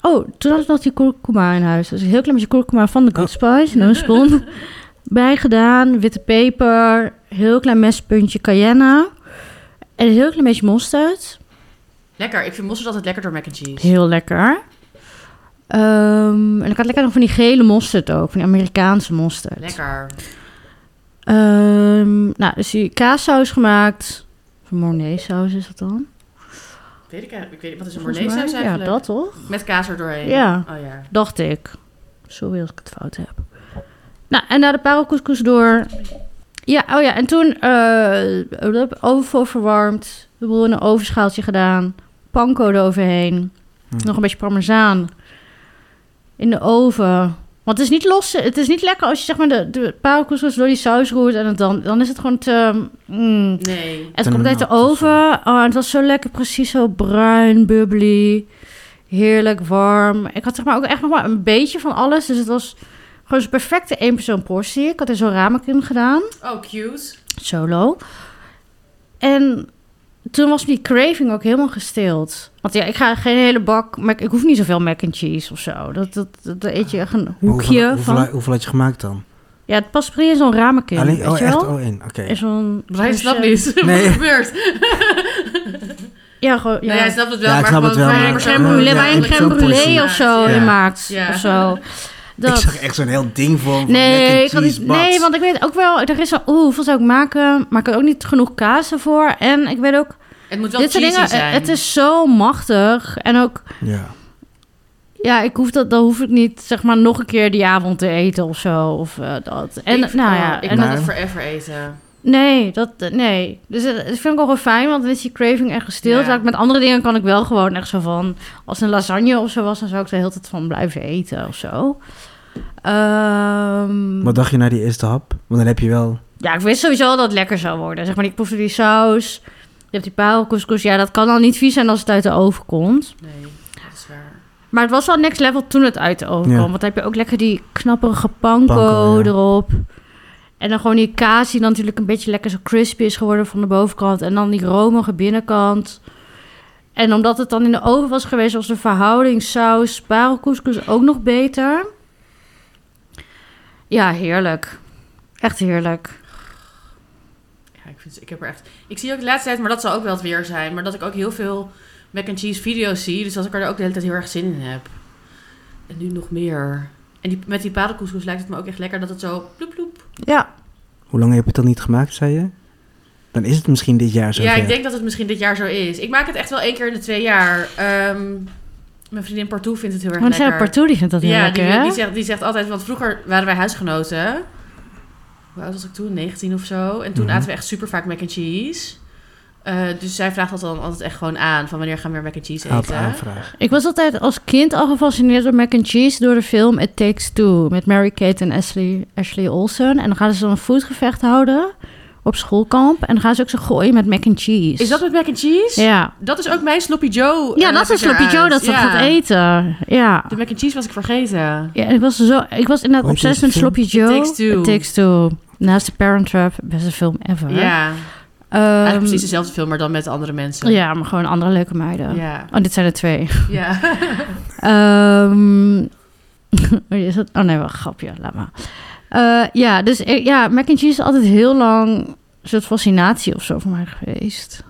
S2: Oh, toen had ik nog die kurkuma in huis. Dus een heel klein beetje kurkuma van de Good Spice, no spon. Bij gedaan, witte peper, heel klein mespuntje cayenne en een heel klein beetje mosterd.
S3: Lekker. Ik vind mosterd altijd lekker door mac and cheese.
S2: Heel lekker. Ehm, en ik had lekker nog van die gele mosterd ook, van die Amerikaanse mosterd.
S3: Lekker.
S2: Ehm, nou, dus die kaassaus gemaakt. Of Mornay saus is dat dan?
S3: Weet ik eigenlijk. Ik weet niet, wat is een
S2: Volgens
S3: Bordeaux
S2: mij. Ja,
S3: eigenlijk?
S2: dat toch?
S3: Met kaas er doorheen.
S2: Ja.
S3: Oh ja.
S2: Dacht ik. Sorry als ik het fout heb. Nou, en daar de parelcouscous door. Ja, oh ja, en toen eh overvoor verwarmd. De boel in een ovenschaaltje gedaan. Panko eroverheen.
S1: Hm.
S2: Nog een beetje parmezaan. In de oven. Want het is niet los. Het is niet lekker als je zeg maar de, de parelcouscous door die saus roert. En het dan, dan is het gewoon te... mm,
S3: Nee.
S2: Het
S1: Ten
S2: komt uit de
S1: melk of zo.
S2: oven. Oh, het was zo lekker, precies zo bruin, bubbly. Heerlijk warm. Ik had zeg maar ook echt nog maar een beetje van alles. Dus het was gewoon zo'n perfecte één persoon portie. Ik had er zo'n ramekin gedaan,
S3: Oh, cute.
S2: solo. En toen was die craving ook helemaal gestild. Want ja, ik ga geen hele bak... Mac, ik hoef niet zoveel mac and cheese of zo. Dat, dat, dat, daar eet je echt een
S1: Maar
S2: hoekje
S1: hoeveel,
S2: van.
S1: Hoeveel, hoeveel had je gemaakt dan?
S2: Ja, het past precies in zo'n ramekin,
S1: Alleen,
S2: weet
S1: oh,
S2: je
S1: echt?
S2: wel?
S1: Oh, één. Oké.
S2: In
S3: [LAUGHS]
S2: zo'n...
S3: Brian
S2: zo'n
S3: snapt
S2: set.
S3: niet.
S1: Nee.
S3: wat er gebeurt.
S2: Ja, gewoon. Ja.
S3: Ja, jij snapt het wel,
S1: Ja, ik
S3: maar
S1: snap
S3: gewoon
S1: het wel,
S3: waar je
S1: maar-
S2: een crème
S1: Ja,
S2: brûlée,
S1: ja,
S2: waar je een
S1: ik
S2: crème
S1: snap het.
S2: brûlée of zo
S1: Ja.
S2: in maakt.
S3: Ja.
S2: Of zo.
S1: Ik
S2: Dat.
S1: zag echt zo'n heel ding voor me.
S2: Nee, ik
S1: ik
S2: had niet, nee, want ik weet ook wel, er is zo, oeh, hoeveel zou ik maken? Maar ik had ook niet genoeg kaas ervoor. En ik weet ook,
S3: Het moet wel
S2: dit soort
S3: cheesy
S2: dingen, eh,
S3: zijn.
S2: het is zo machtig. En ook,
S1: Ja.
S2: ja, ik hoef dat, dan hoef ik niet, zeg maar, nog een keer die avond te eten of zo. Of eh, dat. En,
S3: ik,
S2: nou
S3: oh,
S2: ja,
S3: ik
S2: en
S3: kan
S1: dat-
S3: dat forever eten.
S2: Nee, dat, nee. Dus het, het vind ik ook wel fijn, want dan is die craving echt gestild.
S3: Ja.
S2: Maar Met andere dingen kan ik wel gewoon echt zo van... Als een lasagne of zo was, dan zou ik er de hele tijd van blijven eten of zo. Ehm,
S1: Wat dacht je na die eerste hap? Want dan heb je wel...
S2: ja, ik wist sowieso dat het lekker zou worden. Zeg maar, ik proefde die saus. Je hebt die parelcouscous. Ja, dat kan al niet vies zijn als het uit de oven komt.
S3: Nee, dat is waar.
S2: Maar het was wel next level toen het uit de oven
S1: Ja.
S2: kwam. Want dan heb je ook lekker die knapperige panko,
S1: Panko, ja.
S2: erop. En dan gewoon die kaas die dan natuurlijk een beetje lekker zo crispy is geworden van de bovenkant. En dan die romige binnenkant. En omdat het dan in de oven was geweest, was de verhouding saus, parelcouscous ook nog beter. Ja, heerlijk. Echt heerlijk.
S3: Ja, ik, vind, ik heb er echt... Ik zie ook de laatste tijd, maar dat zal ook wel het weer zijn... maar dat ik ook heel veel mac and cheese video's zie... dus dat ik er ook de hele tijd heel erg zin in heb. En nu nog meer. En die, met die padelkoeskoes lijkt het me ook echt lekker... dat het zo ploep ploep...
S2: Ja,
S1: Hoe lang heb je het dan niet gemaakt, zei je? Dan is het misschien dit jaar zo
S3: ja, ik denk dat het misschien dit jaar zo is. Ik maak het echt wel één keer in de twee jaar. Ehm, mijn vriendin Partou vindt het heel erg
S2: Want
S3: lekker.
S2: zijn partout die vindt dat heel
S3: ja,
S2: lekker,
S3: die,
S2: hè?
S3: die, zegt, die zegt altijd, want vroeger waren wij huisgenoten. Hoe oud was ik toen? 19 of zo. En toen
S1: Mhm.
S3: aten we echt super vaak mac and cheese. Eh, dus zij vraagt dat dan altijd echt gewoon aan. Van wanneer gaan we weer mac and cheese
S1: Op
S3: eten?
S1: aanvraag.
S2: Ik was altijd als kind al gefascineerd door mac and cheese door de film It Takes Two met Mary-Kate en Ashley, Ashley Olsen. En dan gaan ze zo'n voetgevecht houden op schoolkamp en dan gaan ze ook zo gooien met mac and cheese.
S3: Is dat met mac and cheese?
S2: Ja.
S3: Dat is ook mijn Sloppy Joe.
S2: Ja,
S3: eh,
S2: dat is
S3: heb ik
S2: Sloppy Joe
S3: eruit.
S2: dat ze dat
S3: Ja.
S2: gaat eten. Ja.
S3: De mac and cheese was ik vergeten.
S2: ja en ik was, zo, ik was inderdaad
S1: Hoe heet
S2: obsessief met
S1: deze
S2: Sloppy Joe.
S3: Takes Two.
S2: It Takes Two. Naast de Parent Trap, beste film ever.
S3: Ja,
S2: Ehm,
S3: eigenlijk precies dezelfde film, maar dan met andere mensen.
S2: ja, maar gewoon andere leuke meiden.
S3: Ja.
S2: Oh, dit zijn er twee.
S3: ja.
S2: Ehm [LAUGHS] is dat? Oh nee, wel een grapje. Laat maar. Eh, ja, dus eh, ja, mac and cheese is altijd heel lang een soort fascinatie of zo voor mij geweest.
S1: [LAUGHS]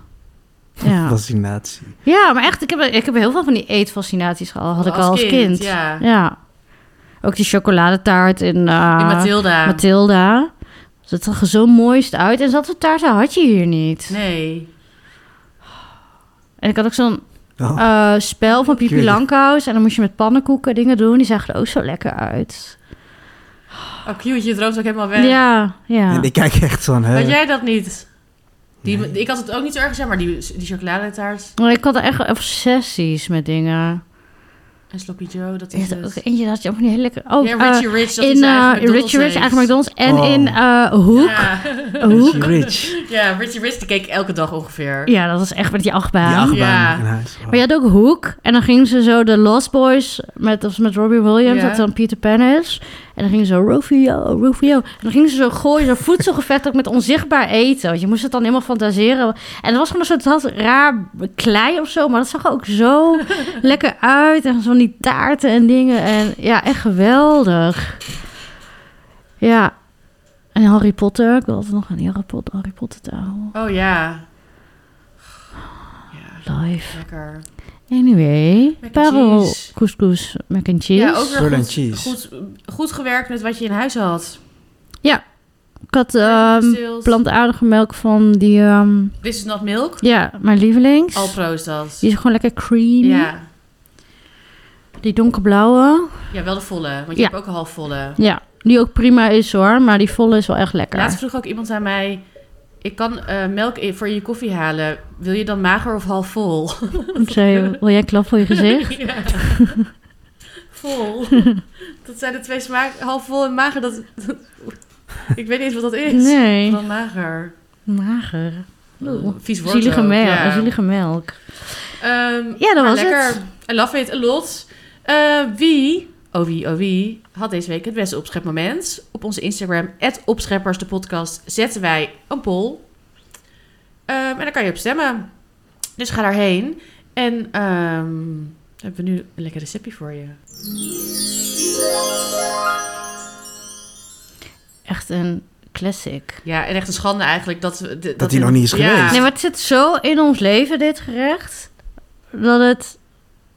S2: Ja,
S1: Fascinatie.
S2: ja maar echt, ik heb, ik heb heel veel van die eetfascinaties gehad. [LAUGHS] Had ik al als kind.
S3: Ja.
S2: Ja. Ook die chocoladetaart in, eh,
S3: In Matilda.
S2: Matilda. Dat zag er zo mooist uit. En dat soort taarten had je hier niet.
S3: Nee.
S2: En ik had ook zo'n
S1: Oh,
S2: eh, spel van
S1: Ik
S2: Pipi
S1: weet het.
S2: Langkous. En dan moest je met pannenkoeken dingen doen. Die zagen er ook zo lekker uit.
S3: Oh, cute, je droomt ook helemaal weg.
S2: Ja, ja.
S1: En ik kijk echt zo aan
S3: Had
S1: hè.
S3: jij dat niet? Die,
S1: Eh. Nee.
S3: Ik had het ook niet zo erg gezegd, maar die, die chocoladetaart
S2: Maar ik had er echt obsessies met dingen.
S3: en Sloppy Joe, dat
S2: Ik
S3: is
S2: had
S3: het.
S2: ook eentje dat je ook van die hele lekker... Oh,
S3: ja,
S2: eh,
S3: Richie Rich, dat
S2: in
S3: is
S2: eh
S3: eigenlijk
S2: Richie Rich, eigenlijk McDonald's. En
S1: Oh.
S2: in eh, Hoek. Ja.
S3: Ja.
S2: Hoek.
S1: Rich.
S3: [LAUGHS] ja, Richie Rich, die keek ik elke dag ongeveer.
S2: Ja, dat was echt met die achtbaan.
S1: Die achtbaan
S3: Ja.
S1: in huis. Oh,
S2: Maar je had ook Hoek. En dan gingen ze zo de Lost Boys met, of met Robbie Williams,
S3: Ja.
S2: dat dan Peter Pan is. En dan gingen ze zo Rufio, Rufio. En dan gingen ze zo gooien, zo'n voedselgevecht ook met onzichtbaar eten. Want je moest het dan helemaal fantaseren. En het was gewoon een soort had raar klei of zo. Maar dat zag er ook zo lekker uit. En zo'n die taarten en dingen. En ja, echt geweldig. Ja. En Harry Potter. Ik wil altijd nog een Harry Potter, Harry Potter touw.
S3: Oh ja. Ja,
S2: Live.
S3: lekker.
S2: Anyway,
S3: Mac and
S2: parel,
S3: cheese.
S2: couscous, mac and cheese.
S3: Ja, ook weer
S1: Roll and
S3: goed,
S1: cheese.
S3: Goed, goed gewerkt met wat je in huis had.
S2: Ik had ehm
S3: Gestild.
S2: plantaardige melk van die, ehm,
S3: This is not milk.
S2: ja, mijn lievelings.
S3: Al proost dat.
S2: Die is gewoon lekker creamy.
S3: Ja.
S2: Die donkerblauwe.
S3: ja, wel de volle, want je
S2: Ja.
S3: hebt ook een half volle.
S2: Ja, die ook prima is hoor, maar die volle is wel echt lekker.
S3: Laatst vroeg ook iemand aan mij... Ik kan eh, melk in- voor je koffie halen. Wil je dan mager of half vol?
S2: Toen zei je, wil jij een klap voor
S3: [LAUGHS]
S2: je gezicht?
S3: Ja.
S2: [LAUGHS]
S3: Vol. Dat zijn de twee smaken. Half vol en mager. Dat, dat- ik weet niet eens wat dat is.
S2: Nee.
S3: Van mager.
S2: Mager. Oeh.
S3: Vies woord
S2: Zielige
S3: ook,
S2: melk.
S3: ja.
S2: Zielige melk.
S3: Ehm,
S2: Ja, dat
S3: maar
S2: was
S3: lekker.
S2: het.
S3: I love it a lot. Eh, wie, oh wie, oh wie, had deze week het beste opschepmoment? Op onze Instagram, opscheppers, de podcast, zetten wij een poll. Ehm, en daar kan je op stemmen. Dus ga daarheen. En ehm, hebben we nu een lekker receptje voor je.
S2: Echt een Classic.
S3: Ja, en echt een schande eigenlijk dat... we- d- Dat,
S1: die nog niet is
S3: ja.
S1: geweest.
S2: Nee, maar het zit zo in ons leven, dit gerecht, dat het,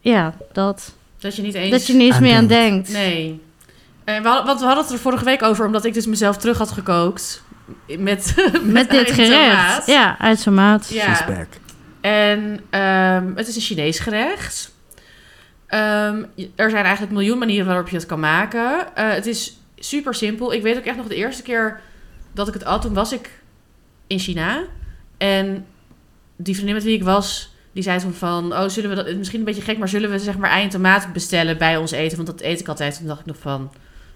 S2: ja, dat,
S3: Dat je niet eens...
S2: dat je niet eens
S1: Aan
S2: meer aan denkt.
S3: Nee. Eh, we hadden, want we hadden het er vorige week over, omdat ik dus mezelf terug had gekookt. Met, [LAUGHS] met,
S2: Met dit
S3: eigen
S2: gerecht.
S3: tomaat.
S2: Ja, uit zijn maat.
S3: Ja.
S1: She's back.
S3: En ehm, het is een Chinees gerecht. Ehm, je- er zijn eigenlijk een miljoen manieren waarop je het kan maken. Eh, het is super simpel. Ik weet ook echt nog de eerste keer dat ik het at, toen was ik in China. En die vriendin met wie ik was, die zei toen van... Oh, zullen we dat... Misschien een beetje gek, maar zullen we zeg maar ei en tomaat bestellen bij ons eten? Want dat eet ik altijd. Toen dacht ik nog van...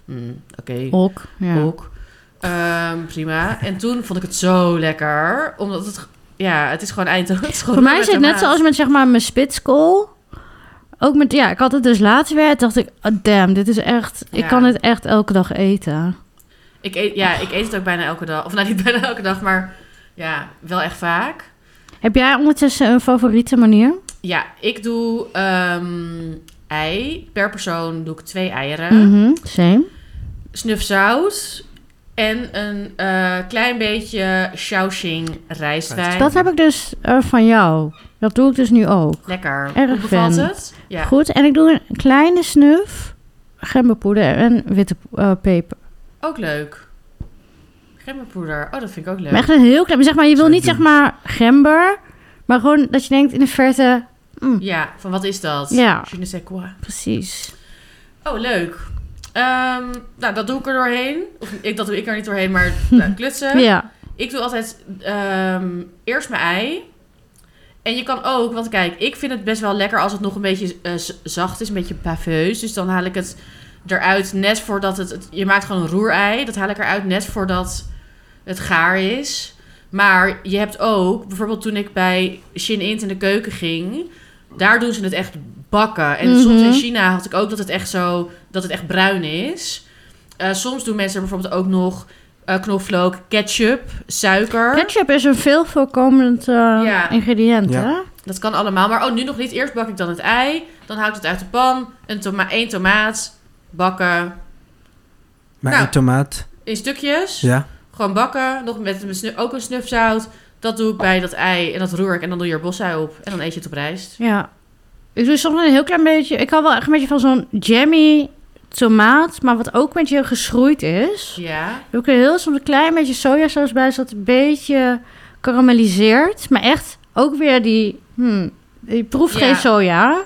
S3: hmm, Oké,
S2: Ook. Ja.
S3: ook. Ehm, prima. En toen vond ik het zo lekker. Omdat het... Ja, het is gewoon Eindhoven. [LAUGHS] Het is gewoon
S2: Voor mij
S3: met
S2: is het net
S3: tomaat.
S2: zoals met zeg maar mijn spitskool. Ook met, ja, ik had het dus later weer. Dacht ik, oh damn, dit is echt.
S3: Ja.
S2: Ik kan het echt elke dag eten.
S3: Ik eet, ja, ik eet het ook bijna elke dag. Of nou, [LAUGHS] niet bijna elke dag, maar ja, wel echt vaak.
S2: Heb jij ondertussen een favoriete manier?
S3: Ja, ik doe ehm, ei. Per persoon doe ik twee eieren.
S2: Mhm, Same.
S3: Snufzout. En een eh, klein beetje Shaoxing rijstwijn.
S2: Dat heb ik dus eh, van jou. Dat doe ik dus nu ook.
S3: Lekker.
S2: Erg
S3: Hoe bevalt
S2: fan.
S3: het? Ja.
S2: Goed, en ik doe een kleine snuf, gemberpoeder en witte eh, peper.
S3: Ook leuk. Gemberpoeder. Oh, dat vind ik ook leuk.
S2: Maar echt een heel klein, maar zeg maar, je wil
S1: Zou ik
S2: niet zeg
S1: doen.
S2: maar gember, maar gewoon dat je denkt in de verte, mm,
S3: Ja, van wat is dat?
S2: Ja.
S3: Je ne sais quoi.
S2: precies.
S3: Oh, leuk. Ehm, nou, dat doe ik er doorheen. Of ik, dat doe ik er niet doorheen, maar
S2: [LAUGHS]
S3: nou, klutsen.
S2: Ja,
S3: Ik doe altijd ehm, eerst mijn ei. En je kan ook, want kijk, ik vind het best wel lekker als het nog een beetje eh, z- zacht is, een beetje baveus. Dus dan haal ik het eruit net voordat het, het- Je maakt gewoon een roerei. Dat haal ik eruit net voordat het gaar is. Maar je hebt ook, bijvoorbeeld toen ik bij Shin Int in de keuken ging, daar doen ze het echt bakken. En
S2: Mhm.
S3: soms in China had ik ook dat het echt zo, dat het echt bruin is. Eh, soms doen mensen er bijvoorbeeld ook nog eh, knoflook, ketchup, suiker.
S2: ketchup is een veel voorkomend eh,
S3: Ja.
S2: ingrediënt,
S1: Ja.
S2: hè?
S3: Dat kan allemaal. Maar oh, nu nog niet. Eerst bak ik dan het ei. Dan haal ik het uit de pan. Een toma één tomaat. Bakken.
S1: Maar
S3: Nou.
S1: een tomaat.
S3: In stukjes.
S1: Ja.
S3: Gewoon bakken. Nog met een snu- ook een snufzout. Dat doe ik bij dat ei. En dat roer ik. En dan doe je er bosui op. En dan eet je het op rijst.
S2: Ja. Ik doe soms een heel klein beetje, ik hou wel echt een beetje van zo'n jammy tomaat, maar wat ook met je geschroeid is.
S3: Ja.
S2: Doe ik er heel soms een klein beetje sojasaus bij, zodat het een beetje karamelliseert. Maar echt ook weer die, hmm, je proeft
S3: Ja.
S2: geen soja.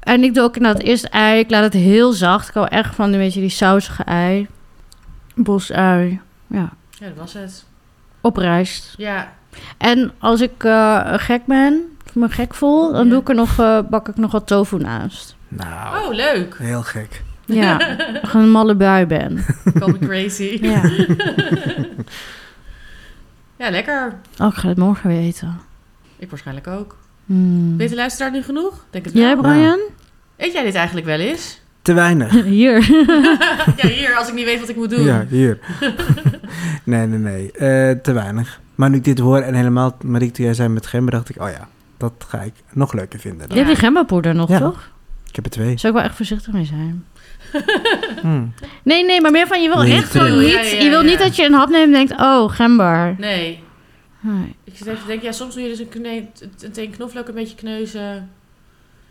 S2: En ik doe ook inderdaad eerst ei. Ik laat het heel zacht. Ik hou echt van een beetje die sausige ei. Bosui. Ja,
S3: Ja, dat was het.
S2: op rijst.
S3: Ja.
S2: En als ik eh, gek ben, of me gek voel, dan
S3: Ja.
S2: doe ik er nog, eh, bak ik nog wat tofu
S3: [LAUGHS]
S2: naast.
S1: Nou,
S3: Oh, leuk. [LAUGHS]
S1: heel gek.
S2: Ja, als ik een malle bui ben.
S3: Call me crazy.
S2: Ja.
S3: Ja, lekker.
S2: Oh, ik ga het morgen weer eten.
S3: Ik waarschijnlijk ook.
S2: Hmm.
S3: Weet de luisteraar nu genoeg? Denk het wel.
S2: Jij, Brian?
S3: [LAUGHS] Eet jij dit eigenlijk wel eens? [LAUGHS]
S1: Te weinig.
S2: Hier.
S3: ja, hier. Als ik niet weet wat ik moet doen.
S1: Ja, hier. [LAUGHS] nee, nee, nee. Eh, te weinig. Maar nu ik dit hoor en helemaal, Marieke, toen jij zei met gember, dacht ik, oh ja, dat ga ik nog leuker vinden.
S2: Je
S1: dan.
S3: Ja.
S2: hebt die gemberpoeder nog,
S1: Ja.
S2: toch?
S1: Ik heb er twee.
S2: Daar zou ik wel echt voorzichtig mee zijn.
S1: Hmm.
S2: Nee, nee, maar meer van je wil
S1: Nee,
S2: echt gewoon niet...
S1: natuurlijk.
S3: Ja, ja,
S2: je wil
S3: ja.
S2: niet dat je een hap neemt en denkt, oh, gember.
S3: Nee.
S2: Nee.
S3: Ik zit even te denken, ja, soms doe je dus een, kne- een teen knoflook een beetje kneuzen.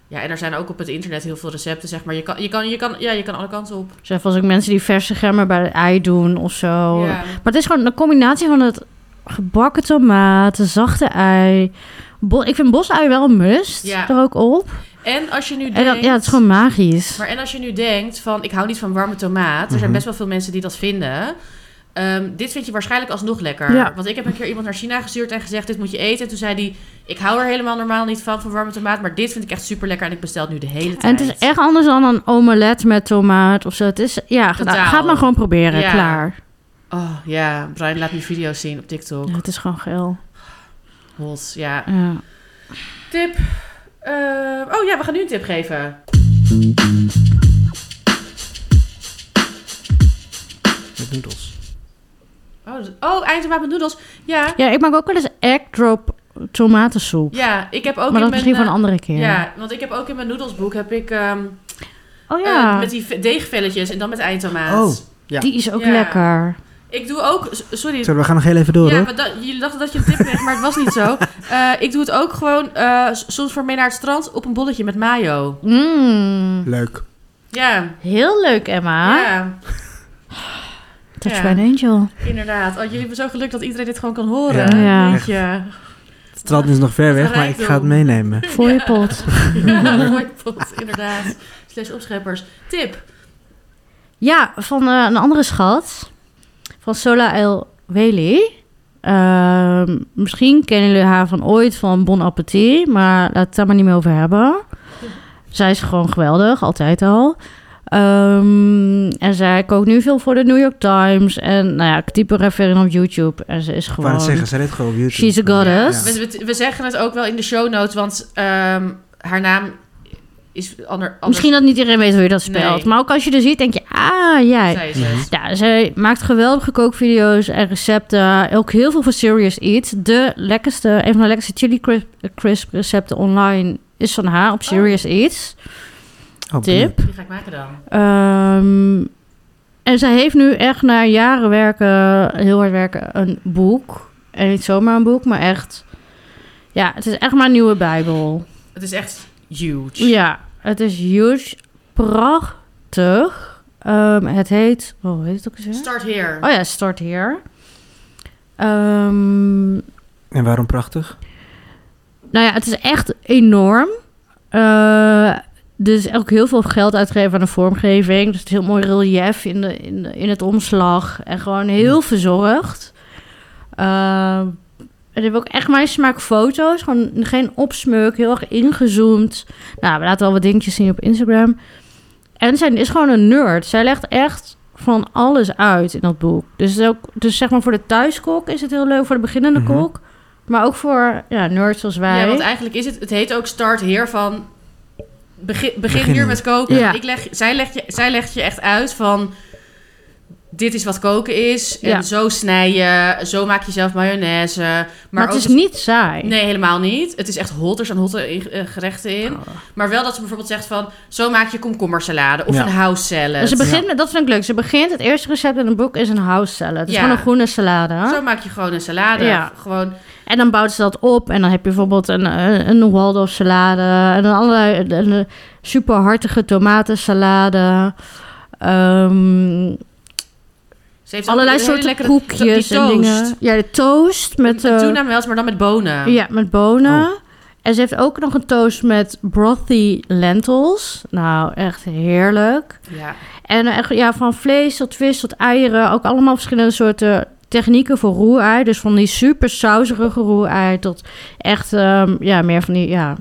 S3: Ja, en er zijn ook op het internet heel veel recepten, zeg maar. Je kan, je kan, je kan, ja, je kan alle kanten op.
S2: Zelfs als ik mensen die verse gember bij het ei doen of zo.
S3: Ja.
S2: Maar het is gewoon een combinatie van het gebakken tomaat, de zachte ei. Bo- ik vind bosui wel een must,
S3: Ja.
S2: er ook op.
S3: En als je nu denkt...
S2: En dan, ja, het is gewoon magisch.
S3: Maar en als je nu denkt van, ik hou niet van warme tomaat. Er zijn
S1: Mhm.
S3: best wel veel mensen die dat vinden. Ehm, dit vind je waarschijnlijk alsnog lekker.
S2: Ja.
S3: Want ik heb een keer iemand naar China gestuurd en gezegd, dit moet je eten. En toen zei hij, ik hou er helemaal normaal niet van, van warme tomaat. Maar dit vind ik echt super lekker en ik bestel het nu de hele tijd.
S2: en het is echt anders dan een omelet met tomaat of zo. Het is, ja, ga-
S3: Totaal.
S2: ga het maar gewoon proberen,
S3: Ja.
S2: klaar.
S3: Oh ja, Brian laat nu video's zien op TikTok.
S2: Ja, het is gewoon geil.
S3: Hot, ja.
S2: Ja.
S3: Tip. Eh, oh ja, we gaan nu een tip geven.
S1: Met noedels.
S3: Oh, dat- oh eindtomaat met noedels. Ja,
S2: ja, ik maak ook wel eens egg drop tomatensoep.
S3: ja, ik heb ook
S2: maar
S3: in
S2: dat
S3: mijn...
S2: misschien voor een
S3: eh,
S2: andere keer.
S3: Ja, want ik heb ook in mijn noedelsboek heb ik ehm,
S2: oh
S3: eh,
S2: ja,
S3: met die ve- deegvelletjes en dan met eindtomaat.
S1: Oh, ja.
S2: die is ook
S3: Ja.
S2: lekker.
S3: Ik doe ook, s- sorry.
S1: Sorry, we gaan nog heel even door,
S3: ja,
S1: hoor.
S3: maar da- jullie dachten dat je een tip kreeg, maar het was niet
S1: [LAUGHS]
S3: zo. Eh, ik doe het ook gewoon eh, s- soms voor mee naar het strand op een bolletje met mayo.
S2: Mm.
S1: Leuk.
S3: Ja,
S2: Heel leuk, Emma.
S3: ja
S2: Touch
S3: Ja.
S2: by an angel.
S3: inderdaad. Oh, jullie hebben zo geluk dat iedereen dit gewoon kan horen.
S1: Ja.
S2: Ja.
S3: Jeetje.
S1: [LAUGHS] Het strand is nog ver weg, maar ik ga het meenemen.
S2: Voor je pot.
S3: Ja, mooi pot, inderdaad. Slash opscheppers. Tip.
S2: Ja, van eh, een andere schat. Van Sola El Weli. Ehm, misschien kennen jullie haar van ooit van Bon Appetit. Maar laten we het daar maar niet meer over hebben. Zij is gewoon geweldig, altijd al. Ehm, en zij kookt nu veel voor de New York Times. En nou ja, ik typ er even in op YouTube. En ze is
S1: Ik wou
S2: gewoon...
S1: het zeggen, ze redt gewoon op YouTube.
S2: She's a goddess.
S1: Ja.
S3: We, we, we zeggen het ook wel in de show notes, want ehm, haar naam is ander, anders.
S2: Misschien dat niet iedereen weet hoe je dat speelt.
S3: Nee.
S2: Maar ook als je er ziet, denk je... Ah, jij.
S3: zij is het.
S2: Ja, zij maakt geweldige kookvideo's en recepten. Ook heel veel voor Serious Eat. De lekkerste, een van de lekkerste chili crisp, crisp recepten online is van haar op Serious Eats.
S1: Oh,
S2: Tip.
S3: Die ga ik maken dan.
S2: Ehm, en zij heeft nu echt na jaren werken, heel hard werken, een boek. En niet zomaar een boek, maar echt... Ja, het is echt mijn nieuwe bijbel.
S3: Het is echt huge.
S2: Ja, het is huge. Prachtig. Ehm, het heet... Oh, hoe heet het ook eens weer?
S3: Start here.
S2: Oh ja, start hier. Ehm,
S1: En waarom prachtig?
S2: nou ja, het is echt enorm. Eh, dus ook heel veel geld uitgeven aan de vormgeving. Dus het is heel mooi relief in, de, in, de- in het omslag. En gewoon heel verzorgd. Ehm en ik heb ook echt mijn smaak foto's. Gewoon geen opsmuk, heel erg ingezoomd. Nou, we laten wel wat dingetjes zien op Instagram. En zij is gewoon een nerd. Zij legt echt van alles uit in dat boek. Dus, het is ook, dus zeg maar voor de thuiskok is het heel leuk. Voor de beginnende
S1: Mhm.
S2: kok. Maar ook voor ja, nerds zoals wij.
S3: Ja, want eigenlijk is het, het heet ook start here van begin, begin
S1: Begin
S3: hier
S1: hier.
S3: met koken.
S2: Ja.
S3: Ik leg, zij, legt je, zij legt je echt uit van dit is wat koken is. En
S2: Ja.
S3: zo snij je, zo maak je zelf mayonaise. Maar,
S2: Maar,
S3: ook
S2: het is niet saai.
S3: Nee, helemaal niet. Het is echt hot. Er staan hotte in- eh, gerechten in.
S2: Oh.
S3: Maar wel dat ze bijvoorbeeld zegt van... zo maak je komkommersalade of
S1: Ja.
S3: een house salad.
S2: En Dus ze begint met, dat vind ik leuk. Ze begint, het eerste recept in een boek is een house salad. Het is
S3: Ja.
S2: gewoon een groene salade.
S3: Zo maak je gewoon een salade.
S2: Ja.
S3: Gewoon,
S2: En dan bouwt ze dat op. En dan heb je bijvoorbeeld een, een, een Waldorf salade. En een allerlei een, een superhartige tomatensalade. Ehm
S3: ze heeft ook
S2: allerlei
S3: hele
S2: soorten
S3: lekkere-
S2: koekjes
S3: die
S2: en
S3: toast.
S2: dingen. Ja, de toast met,
S3: Een
S2: eh,
S3: tuna melt, maar dan met bonen.
S2: ja, met bonen. En ze heeft ook nog een toast met brothy lentils. Nou, echt heerlijk.
S3: Ja.
S2: En eh, echt, ja, van vlees tot vis tot eieren. Ook allemaal verschillende soorten technieken voor roerei. Dus van die super sausige roerei tot echt ehm, ja, meer van die... Ja.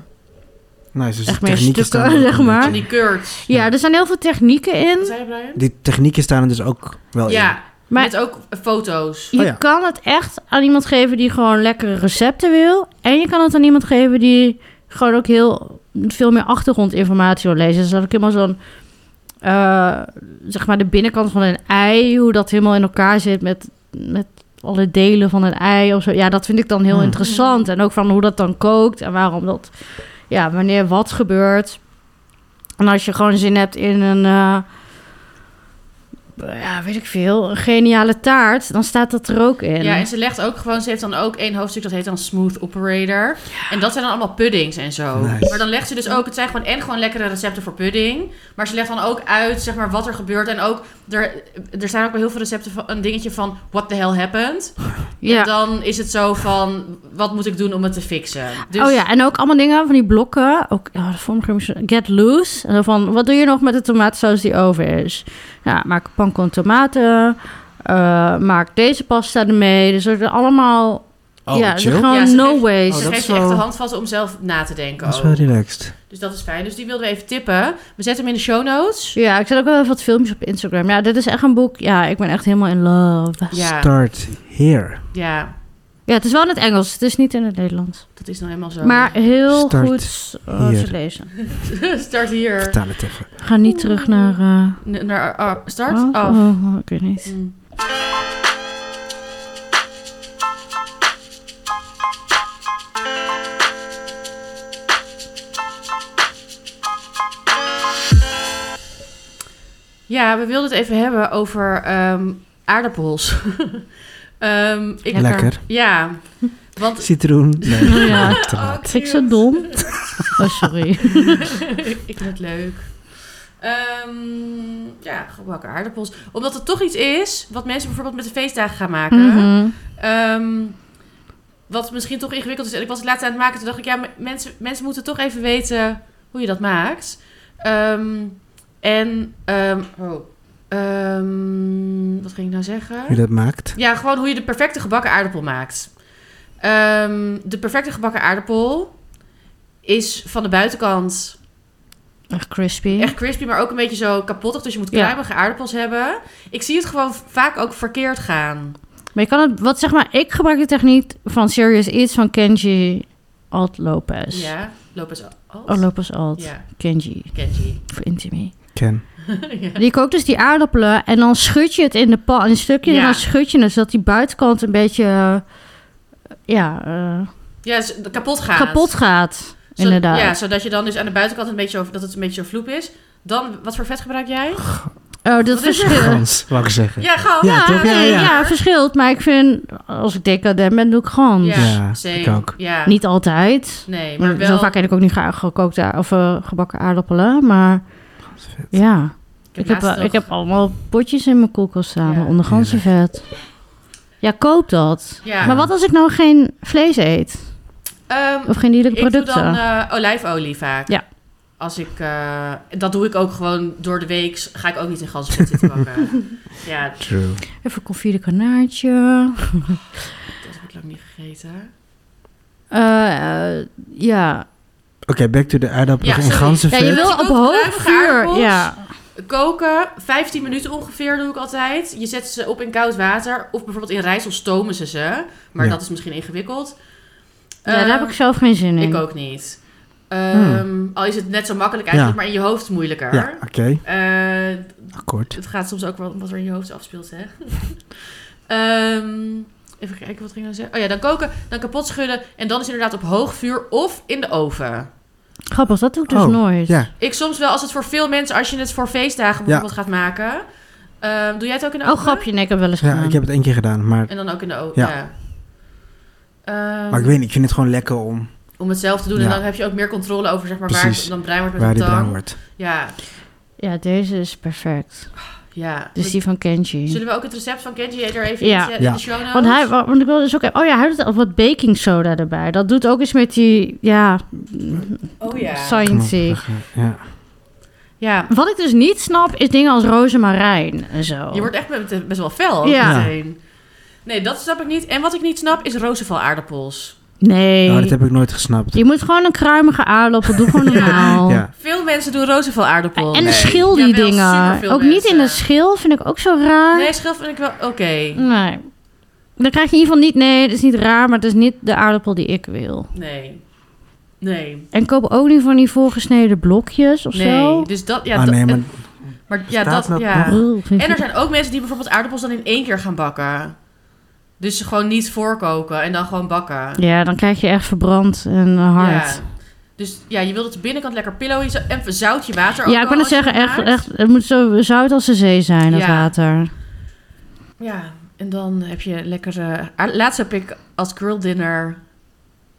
S1: Nice, dus
S2: Echt
S1: de
S2: meer
S1: technieken
S2: stukken,
S1: staan er ook
S2: zeg
S1: een
S2: maar.
S3: En
S1: beetje.
S3: die curds.
S2: ja, er zijn heel veel technieken
S3: Wat
S2: in.
S3: zei je, Brian?
S1: Die technieken staan er dus ook wel in.
S3: Ja,
S2: Maar-
S3: met ook foto's.
S2: Je
S1: Oh ja.
S2: kan het echt aan iemand geven die gewoon lekkere recepten wil. En je kan het aan iemand geven die gewoon ook heel veel meer achtergrondinformatie wil lezen. Dus dat ik helemaal zo'n, eh, zeg maar de binnenkant van een ei, hoe dat helemaal in elkaar zit met, met alle delen van een ei of zo. Ja, dat vind ik dan heel
S1: Hmm.
S2: interessant. En ook van hoe dat dan kookt en waarom dat, ja, wanneer wat gebeurt. En als je gewoon zin hebt in een, eh, ja, weet ik veel, een geniale taart, dan staat dat er ook in.
S3: Ja, en ze legt ook gewoon... Ze heeft dan ook één hoofdstuk, dat heet dan Smooth Operator. En dat zijn dan allemaal puddings en zo.
S1: Nice.
S3: Maar dan legt ze dus ook... Het zijn gewoon en gewoon lekkere recepten voor pudding. Maar ze legt dan ook uit, zeg maar, wat er gebeurt. En ook... Er, er zijn ook wel heel veel recepten van... Een dingetje van... What the hell happened? En
S2: ja.
S3: dan is het zo van... Wat moet ik doen om het te fixen? Dus,
S2: Oh ja, en ook allemaal dingen van die blokken. Ook oh, de vormgeving is- Get loose. En dan van, wat doe je nog met de tomatensaus die over is? Ja, maak panko en tomaten. eh, maak deze pasta ermee. Dus er zijn allemaal...
S1: Oh,
S2: ja,
S1: chill.
S2: er gewoon
S3: Ja, ze
S2: no
S3: geeft-
S2: ways.
S1: Oh,
S3: Ze
S1: dat
S3: geeft
S1: is
S3: je echt
S1: wel-
S3: de handvatten om zelf na te denken
S1: Dat is
S3: ook.
S1: wel relaxed.
S3: Dus dat is fijn. Dus die wilden we even tippen. We zetten hem in de show notes.
S2: Ja, ik zet ook wel even wat filmpjes op Instagram. Ja, dit is echt een boek. Ja, ik ben echt helemaal in love.
S3: Ja,
S1: Start here.
S3: ja
S2: Ja, het is wel in het Engels. Het is niet in het Nederlands.
S3: dat is nou helemaal zo.
S2: Maar heel
S1: Start
S2: goed eh,
S1: hier.
S2: te lezen.
S3: [LAUGHS] Start hier.
S1: Vertaal het even.
S2: Ga niet terug naar... eh,
S3: N- Naar ah, start?
S2: oh,
S3: Af.
S2: oh, oh, ik weet niet.
S3: Mm. Ja, we wilden het even hebben over ehm, aardappels. [LAUGHS] Ehm, ik,
S1: Lekker. Lekker.
S3: Ja, want
S1: Citroen. Nee,
S2: Oh [LAUGHS] ja.
S1: tomaat.
S2: Vind ik zo dom.
S3: [LAUGHS]
S2: Oh, sorry.
S3: ik vind het leuk. Ehm, ja, gebakken aardappels. Omdat het toch iets is wat mensen bijvoorbeeld met de feestdagen gaan maken.
S2: Mhm.
S3: Ehm, wat misschien toch ingewikkeld is. En ik was het laatst aan het maken. Toen dacht ik, ja, m- mensen, mensen moeten toch even weten hoe je dat maakt. Ehm, en, ehm, oh, ehm, wat ging ik nou zeggen?
S1: Hoe je dat maakt.
S3: Ja, gewoon hoe je de perfecte gebakken aardappel maakt. Ehm, de perfecte gebakken aardappel is van de buitenkant
S2: Echt crispy.
S3: echt crispy, maar ook een beetje zo kapottig. Dus je moet
S2: Ja.
S3: kruimige aardappels hebben. Ik zie het gewoon vaak ook verkeerd gaan.
S2: Maar je kan het, wat zeg maar, ik gebruik de techniek van Serious Eats van Kenji Alt Lopez.
S3: Ja, Lopez Alt.
S2: Dus- Oh, Lopez Alt.
S3: Ja,
S2: Kenji,
S3: Kenji.
S2: voor Intimi.
S1: Ken.
S2: Die kookt dus die aardappelen en dan schud je het in de pan, een stukje,
S3: Ja.
S2: en dan schud je het, zodat die buitenkant een beetje, eh, ja, eh,
S3: Ja, z- kapot gaat.
S2: kapot gaat.
S3: Zo-
S2: inderdaad.
S3: Ja, zodat je dan dus aan de buitenkant een beetje, zo- dat het een beetje zo vloep is. Dan, wat voor vet gebruik jij?
S2: Oh, dat
S3: Wat is
S2: verschilt.
S1: Gans, wou ik zeggen.
S3: Ja, gewoon.
S1: Ja, toch? Ja,
S2: nee,
S1: ja.
S2: verschilt. Maar ik vind, als ik decadent ben, doe ik gewoon.
S1: Ja,
S3: same.
S1: ik ook.
S3: Ja.
S2: Niet altijd.
S3: Nee, maar wel.
S2: Zo vaak eet ik ook niet graag gekookte a- of eh, gebakken aardappelen. Maar
S1: Vet.
S2: ja, ik heb,
S3: laatst
S2: wel-
S3: nog-
S2: ik heb allemaal potjes in mijn koelkast staan.
S3: Ja.
S2: Onder ganzenvet. Ja, koop dat.
S3: Ja.
S2: Maar wat als ik nou geen vlees eet?
S3: Ehm,
S2: Of geen dierlijke
S3: ik doe
S2: producten?
S3: dan eh, olijfolie vaak.
S2: Ja.
S3: Als ik, eh, dat doe ik ook gewoon door de week. Ga ik ook niet in ganzenvet zitten
S2: [LAUGHS]
S3: bakken. ja,
S1: True.
S2: Even een confit de kanaartje.
S3: dat heb ik lang niet gegeten.
S2: Eh, eh, ja.
S1: Oké, back to de aardappelen
S3: Ja,
S1: en
S3: sorry.
S2: ja,
S1: ganzenvet.
S2: je wil
S3: Ik
S2: op
S3: kook
S2: hoog
S3: kruimige
S2: vuur.
S3: aardappels.
S2: Ja.
S3: Koken, 15 minuten ongeveer doe ik altijd. Je zet ze op in koud water. Of bijvoorbeeld in rijst stomen ze ze. Maar
S1: Ja.
S3: dat is misschien ingewikkeld.
S2: ja, daar
S3: Ehm,
S2: heb ik zelf geen zin in.
S3: Ik ook niet. Ehm, Al is het net zo makkelijk eigenlijk,
S1: Hmm. Ja.
S3: maar in je hoofd moeilijker.
S1: Ja, oké.
S3: Eh,
S1: Akkoord.
S3: het gaat soms ook wel om wat er in je hoofd afspeelt, hè? [LAUGHS] Ehm, even kijken, wat ging ik nou zeggen? Oh ja, dan koken, dan kapot schudden en dan is inderdaad op hoog vuur of in de oven.
S2: Grappig, dat doe ik dus
S1: Oh,
S2: nooit.
S1: Ja,
S3: Ik soms wel, als het voor veel mensen, als je het voor feestdagen bijvoorbeeld gaat maken. ehm, doe jij het ook in de
S2: Oh,
S3: oven?
S2: grapje. Nee, ik heb wel eens
S1: ja,
S2: gedaan.
S1: ik heb het één keer gedaan, maar,
S3: En dan ook in de oven,
S1: Ja.
S3: ja. Ehm,
S1: maar ik weet niet, ik vind het gewoon lekker om
S3: Om het zelf te doen en
S1: Ja.
S3: dan heb je ook meer controle over zeg maar, waar
S1: Precies.
S3: het dan bruin wordt met
S1: waar
S3: de
S1: die bruin
S3: tang.
S1: wordt.
S3: Ja,
S2: Ja, deze is perfect.
S3: ja.
S2: Dus die van Kenji.
S3: Zullen we nou ook het recept van Kenji er even
S2: Ja.
S3: in zetten in
S1: Ja.
S3: de show notes?
S2: Want hij, wa- want ik wil dus ook. Oh ja, hij doet al wat baking soda erbij. Dat doet ook iets met die, ja,
S3: Oh ja.
S2: sciency.
S1: Knapperige, Ja.
S3: Ja,
S2: Wat ik dus niet snap, is dingen als rozemarijn en zo.
S1: Oh.
S3: je wordt echt met- best wel fel
S2: Ja.
S3: meteen. Nee, dat snap ik niet. En wat ik niet snap is rozenval aardappels.
S2: Nee.
S1: Oh, dat heb ik nooit gesnapt.
S2: Je moet gewoon een kruimige aardappel doen, gewoon normaal.
S1: Ja,
S3: Veel mensen doen rozenval aardappel.
S2: En de
S3: Oh, Nee.
S2: schil die
S3: Jawel,
S2: dingen.
S3: superveel
S2: Ook niet in de
S3: mensen.
S2: schil, vind ik ook zo raar.
S3: Nee, schil vind ik wel oké.
S2: Nee. Dan krijg je in ieder geval niet, nee, het is niet raar, maar het is niet de aardappel die ik wil.
S3: Nee. Nee.
S2: En koop ook niet van die voorgesneden blokjes of zo.
S3: Nee. Dus dat, ja,
S1: ah,
S3: dat-
S1: nee, maar
S3: en- maar ja,
S1: bestaat
S3: dat,
S1: dat
S3: ja.
S1: nog?
S2: Oeh, ik vind
S3: En
S2: het-
S3: er zijn ook mensen die bijvoorbeeld aardappels dan in één keer gaan bakken. Dus ze gewoon niet voorkoken en dan gewoon bakken.
S2: Ja, dan krijg je echt verbrand en eh, hard.
S3: Ja. Dus ja, je wilt het de binnenkant lekker pillowy zo- en zout je water
S2: Ja,
S3: ook wel
S2: ik kan het
S3: als je
S2: zeggen, echt,
S3: maakt.
S2: echt, het moet zo zout als de zee zijn, dat
S3: Ja.
S2: water.
S3: Ja, en dan heb je lekkere... aard- Laatst heb ik als girl dinner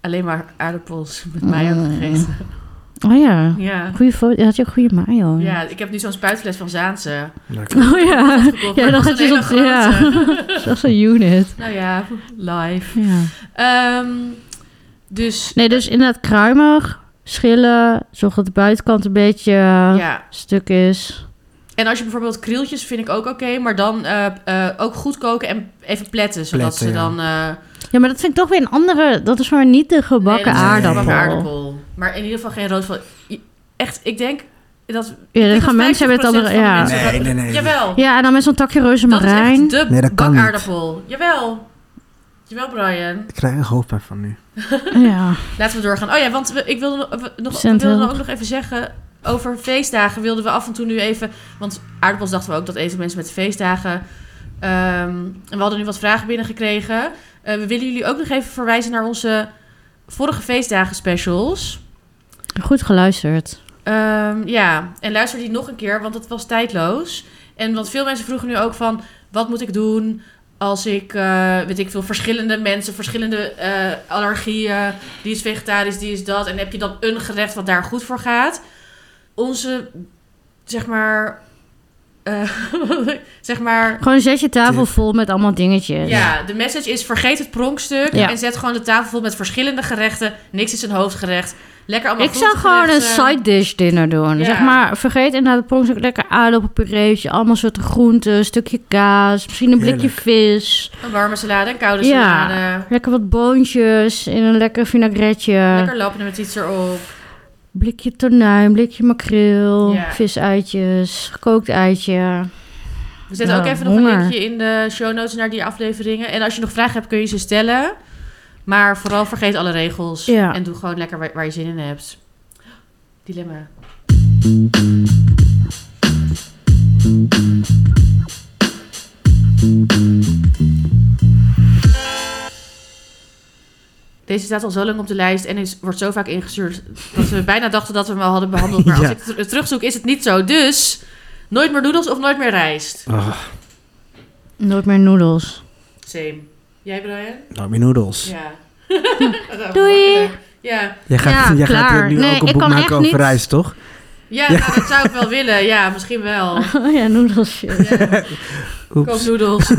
S3: alleen maar aardappels met mayo
S2: Mm.
S3: gegeten.
S2: [LAUGHS] Oh ja,
S3: Ja.
S2: goede foto. Had je ook goede mayo?
S3: ja, ik heb nu zo'n spuitfles van Zaanse.
S1: lekker.
S2: [LAUGHS] Oh ja,
S3: gekocht,
S2: ja
S3: maar
S2: dan
S3: het was
S2: gaat
S3: een
S2: je
S3: hele
S2: zo'n... Ja,
S3: grote.
S2: [LAUGHS] dat is echt zo'n unit.
S3: Nou ja, live.
S2: Ja.
S3: Ehm, dus
S2: Nee, dus inderdaad kruimig, schillen, zorg dat de buitenkant een beetje eh,
S3: ja.
S2: stuk is.
S3: En als je bijvoorbeeld krieltjes vind ik ook oké, maar dan eh, eh, ook goed koken en even pletten. Zodat
S1: Pletten,
S3: ze
S1: ja.
S3: dan... eh,
S2: Ja, maar dat vind ik toch weer een andere, dat is maar niet de gebakken
S3: Nee, dat is
S1: een
S2: aardappel.
S3: gebakken aardappel. Maar in ieder geval geen rood van. Echt, ik denk dat. ik
S2: Ja,
S3: denk
S2: dan
S3: dat
S2: gaan mensen hebben
S3: 50%
S2: het
S3: van
S2: al...
S3: de
S2: Ja.
S3: mensen-
S1: Nee, nee, nee.
S3: Jawel.
S2: ja, en dan met zo'n takje
S3: dat is
S2: rozemarijn.
S3: echt de
S1: Nee, dat kan niet.
S3: bakaardappel. Jawel. Jawel, Brian.
S1: Ik krijg een hoofdpijn van nu.
S2: Ja.
S3: Laten we doorgaan. Oh ja, want we, ik wilde, nog- we- nog, we
S2: Cent
S3: wilden
S2: help.
S3: ook nog even zeggen. Over feestdagen wilden we af en toe nu even. Want aardappels dachten we ook dat eten mensen met feestdagen. Ehm, en we hadden nu wat vragen binnengekregen. Eh, we willen jullie ook nog even verwijzen naar onze vorige feestdagen specials.
S2: Goed geluisterd.
S3: Ehm, ja, en luister die nog een keer, want het was tijdloos. En want veel mensen vroegen nu ook van... Wat moet ik doen als ik, eh, weet ik veel, verschillende mensen, verschillende eh, allergieën. Die is vegetarisch, die is dat. En heb je dan een gerecht wat daar goed voor gaat? Onze, zeg maar... eh, [LAUGHS] zeg maar...
S2: Gewoon zet je tafel
S1: Tip.
S2: vol met allemaal dingetjes.
S3: Ja, de message is vergeet het pronkstuk
S2: Ja.
S3: en zet gewoon de tafel vol met verschillende gerechten. Niks is een hoofdgerecht. Lekker allemaal
S2: Ik zou gewoon een
S3: groentegerechten.
S2: side dish dinner doen.
S3: eh, Ja.
S2: Zeg maar, vergeet inderdaad het pronkstuk lekker aardappelpureetje, allemaal soorten groenten, een stukje kaas, misschien een blikje
S1: Heerlijk.
S2: vis.
S3: Een warme salade, een koude
S2: Ja.
S3: salade.
S2: Lekker wat boontjes in een lekker vinaigretje.
S3: Lekker lappen met iets erop.
S2: Blikje tonijn, blikje makreel,
S3: Ja.
S2: visuitjes, gekookt eitje.
S3: We zetten ook
S2: Ja,
S3: even nog een
S2: Nou, honger.
S3: linkje in de show notes naar die afleveringen. En als je nog vragen hebt, kun je ze stellen. Maar vooral vergeet alle regels.
S2: Ja.
S3: En doe gewoon lekker waar, waar je zin in hebt. Dilemma. Deze staat al zo lang op de lijst en is, wordt zo vaak ingestuurd dat we [LAUGHS] bijna dachten dat we hem al hadden behandeld. Maar als
S1: Ja.
S3: ik het ter- terugzoek is het niet zo. Dus nooit meer noedels of nooit meer rijst.
S2: Ah.
S1: Oh,
S2: Nooit meer
S3: [LAUGHS]
S2: noedels.
S3: Same. Jij Brian?
S1: nou, mijn noedels.
S3: Ja.
S2: Doei.
S3: Ja,
S1: Jij gaat,
S2: Ja,
S1: jij gaat
S2: klaar.
S1: nu
S2: Nee,
S1: ook een
S2: ik
S1: boek
S2: kan echt
S1: maken over
S2: niet.
S1: reis, toch?
S3: ja nou, dat zou ik wel willen. Ja, misschien wel.
S2: Oh ja, noedels. shit.
S3: Ja, koop
S1: Oeps.
S3: noedels.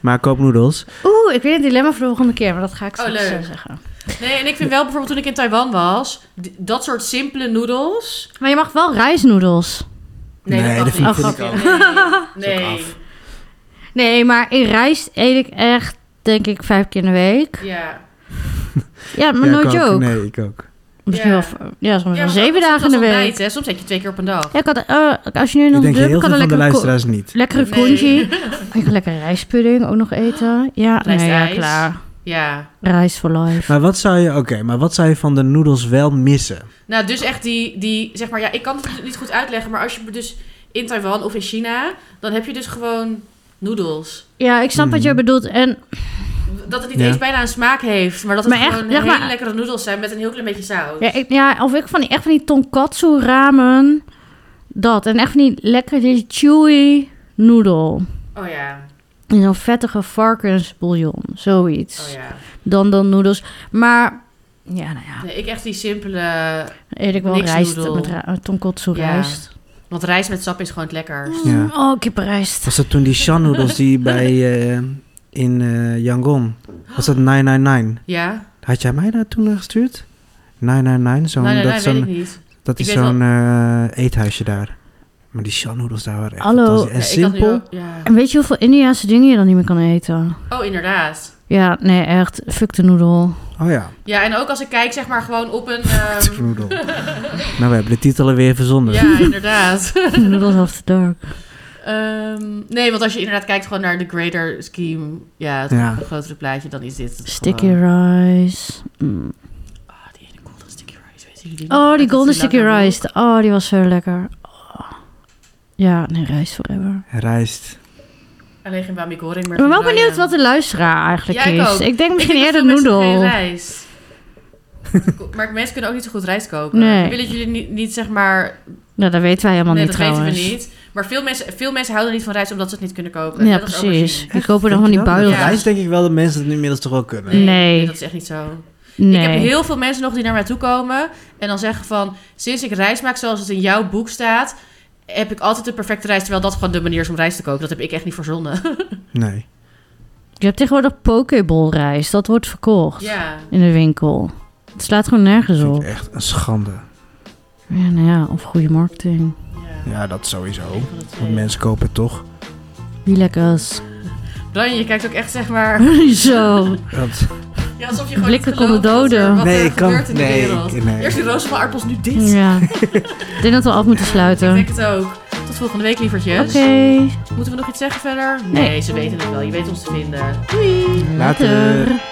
S1: Maar koop noedels.
S2: Oeh, ik weet het dilemma voor de volgende keer, maar dat ga ik
S3: Oh,
S2: straks
S3: leuk.
S2: eh, zeggen.
S3: Nee, en ik vind wel bijvoorbeeld toen ik in Taiwan was, d- dat soort simpele noedels.
S2: Maar je mag wel rijstnoedels.
S1: Nee,
S3: mag
S1: dat vind
S3: niet.
S2: ik- Oh,
S3: Nee,
S1: grapje. Dat is
S3: Nee. nee.
S1: ook
S2: Nee, maar in rijst eet ik echt, denk ik, vijf keer in de week.
S3: Ja.
S2: Ja, maar
S1: Ja, ik
S2: nooit je
S1: ook.
S2: ook.
S1: Nee, ik ook.
S2: Misschien
S3: Ja.
S2: wel, ja, soms
S3: Ja,
S2: wel
S3: maar
S2: zeven
S3: ook
S2: dagen in de
S3: als
S2: week.
S3: ontbijt, hè. Soms eet je twee keer op een dag.
S2: Ja, ik had, eh, als je nu
S1: Ik
S2: nog
S1: denk
S2: drupt,
S1: heel
S2: kan
S1: veel van
S2: er
S1: de
S2: lekker ko-
S1: luisteraars niet.
S2: lekkere
S3: Nee.
S2: congee. Ik kan lekker rijstpudding ook nog eten. Ja, nee, ja,
S3: Rijstijs.
S2: klaar.
S3: [LAUGHS] Ja.
S2: Rijst voor life.
S1: Maar wat zou je, oké, maar wat zou je van de noedels wel missen?
S3: Nou, dus echt die, die, zeg maar, ja, ik kan het niet goed uitleggen, maar als je dus in Taiwan of in China, dan heb je dus gewoon noedels.
S2: Ja, ik snap wat jij
S1: Mhm.
S2: bedoelt. En
S3: Dat het niet
S1: Ja.
S3: eens bijna een smaak heeft, maar dat het
S2: Maar echt,
S3: gewoon
S2: zeg
S3: hele
S2: maar-
S3: lekkere noedels zijn met een heel klein beetje saus.
S2: ja, ik, ja, of ik van die, echt van die tonkatsu ramen. Dat. En echt van die lekkere die chewy noedel.
S3: Oh ja,
S2: In zo'n vettige varkensbouillon. Zoiets.
S3: oh ja.
S2: Dan dan noedels. Maar ja, nou ja.
S3: Nee, ik echt die simpele...
S2: Eet ik wel
S3: Niks
S2: rijst
S3: noedel.
S2: met ra- eh, tonkotsu
S3: Ja.
S2: rijst.
S3: Want rijst met sap is gewoon het lekkerst.
S1: Ja.
S2: Mm, Oh, kippenrijst.
S1: Was dat toen die Shan-noedels
S2: [LAUGHS]
S1: die bij, eh, in eh, Yangon, was dat 999?
S3: Ja?
S1: Had jij mij daar toen naar gestuurd? 999, zo'n,
S3: nee, nee,
S1: dat,
S3: nee,
S1: zo'n-
S3: weet ik niet.
S1: dat
S3: Ik
S1: is
S3: weet
S1: zo'n eh, eethuisje daar. Maar die Shan-noedels daar waren echt
S2: Hallo.
S1: fantastisch. En
S3: Ja, eh, ik had nu
S1: simpel.
S3: ook- ja.
S2: En weet je hoeveel Indiaanse dingen je dan niet meer kan eten?
S3: Oh, inderdaad.
S2: Ja, nee, echt. Fuck
S3: [LAUGHS]
S2: de noedel.
S1: Oh ja,
S3: Ja, en ook als ik kijk zeg maar gewoon
S1: [LAUGHS]
S3: op een... ehm,
S1: noedel. nou, we hebben de titel alweer verzonnen.
S3: ja, inderdaad. [LAUGHS]
S2: noedels after dark.
S3: Ehm, nee, want als je inderdaad kijkt gewoon naar de greater scheme, ja, het
S1: Ja.
S3: grotere plaatje, dan is dit het
S2: Sticky
S3: gewoon.
S2: rice. Mm.
S3: Ah, die ene golden sticky rice, weten jullie nog?
S2: Oh,
S3: Dat
S2: die
S3: is
S2: golden sticky
S3: lekker.
S2: rice. Oh, die was zo lekker. Oh. Ja, nee, rijst forever.
S1: Rijst.
S3: Alleen geen bami goreng, maar
S2: Ik ben wel
S3: geen
S2: benieuwd
S3: bruine.
S2: wat de luisteraar eigenlijk
S3: Nou Ja, ik
S2: is.
S3: ook.
S2: Ik denk
S3: Ik
S2: misschien
S3: vind dat
S2: eerder
S3: veel mensen
S2: noedel.
S3: geen
S2: [LAUGHS]
S3: rijst. maar mensen kunnen ook niet zo goed rijst koken.
S2: Nee.
S3: We willen jullie niet, niet zeg maar
S2: Nou, dat weten wij helemaal
S3: nee,
S2: niet
S3: dat
S2: trouwens.
S3: weten we niet. Maar veel mensen, veel mensen houden niet van rijst omdat ze het niet kunnen kopen.
S2: Ja,
S3: Net als
S2: precies.
S3: aubergine.
S2: Die kopen dan
S1: Denk
S2: van
S1: je
S2: die
S1: wel? Met
S2: buidel.
S3: Ja.
S1: Rijst denk ik wel dat mensen het nu inmiddels toch wel kunnen.
S3: Mm.
S2: Nee.
S3: Dat is echt niet zo. Ik heb
S2: Nee.
S3: heel veel mensen nog die naar mij toe komen en dan zeggen van... Sinds ik rijst maak zoals het in jouw boek staat, heb ik altijd de perfecte rijst. Terwijl dat gewoon de manier is om rijst te koken. Dat heb ik echt niet verzonnen.
S1: Nee.
S2: Je hebt tegenwoordig pokeball rijst. Dat wordt verkocht
S3: ja.
S2: in de winkel. Het slaat gewoon nergens
S1: Dat vind
S2: op.
S1: ik echt een schande.
S2: Ja, nou ja, of goede marketing.
S3: ja.
S1: Ja, dat
S2: Oh,
S1: sowieso.
S3: Eén van de
S2: eh,
S3: twee.
S1: Want mensen kopen het toch.
S2: Wie lekker is. [LAUGHS]
S3: Brian, je kijkt ook echt zeg maar...
S2: Zo.
S1: Dat-
S3: Ja, alsof je gewoon
S2: Blikken
S3: niet gelooft
S2: konden
S3: wat er-
S2: doden.
S3: Wat
S1: Nee,
S3: er
S1: ik kan-
S3: gebeurt in de
S1: nee,
S3: wereld.
S1: ik- nee.
S3: Eerst die roos van aardappels, nu dit.
S2: Ja. Ik denk dat we af moeten
S3: Ik
S2: sluiten.
S3: denk het ook. Tot volgende week, lievertjes.
S2: Oké.
S3: Moeten we nog iets zeggen verder?
S2: Nee.
S3: nee, ze weten het wel. Je weet ons te vinden.
S1: Later.
S2: Later.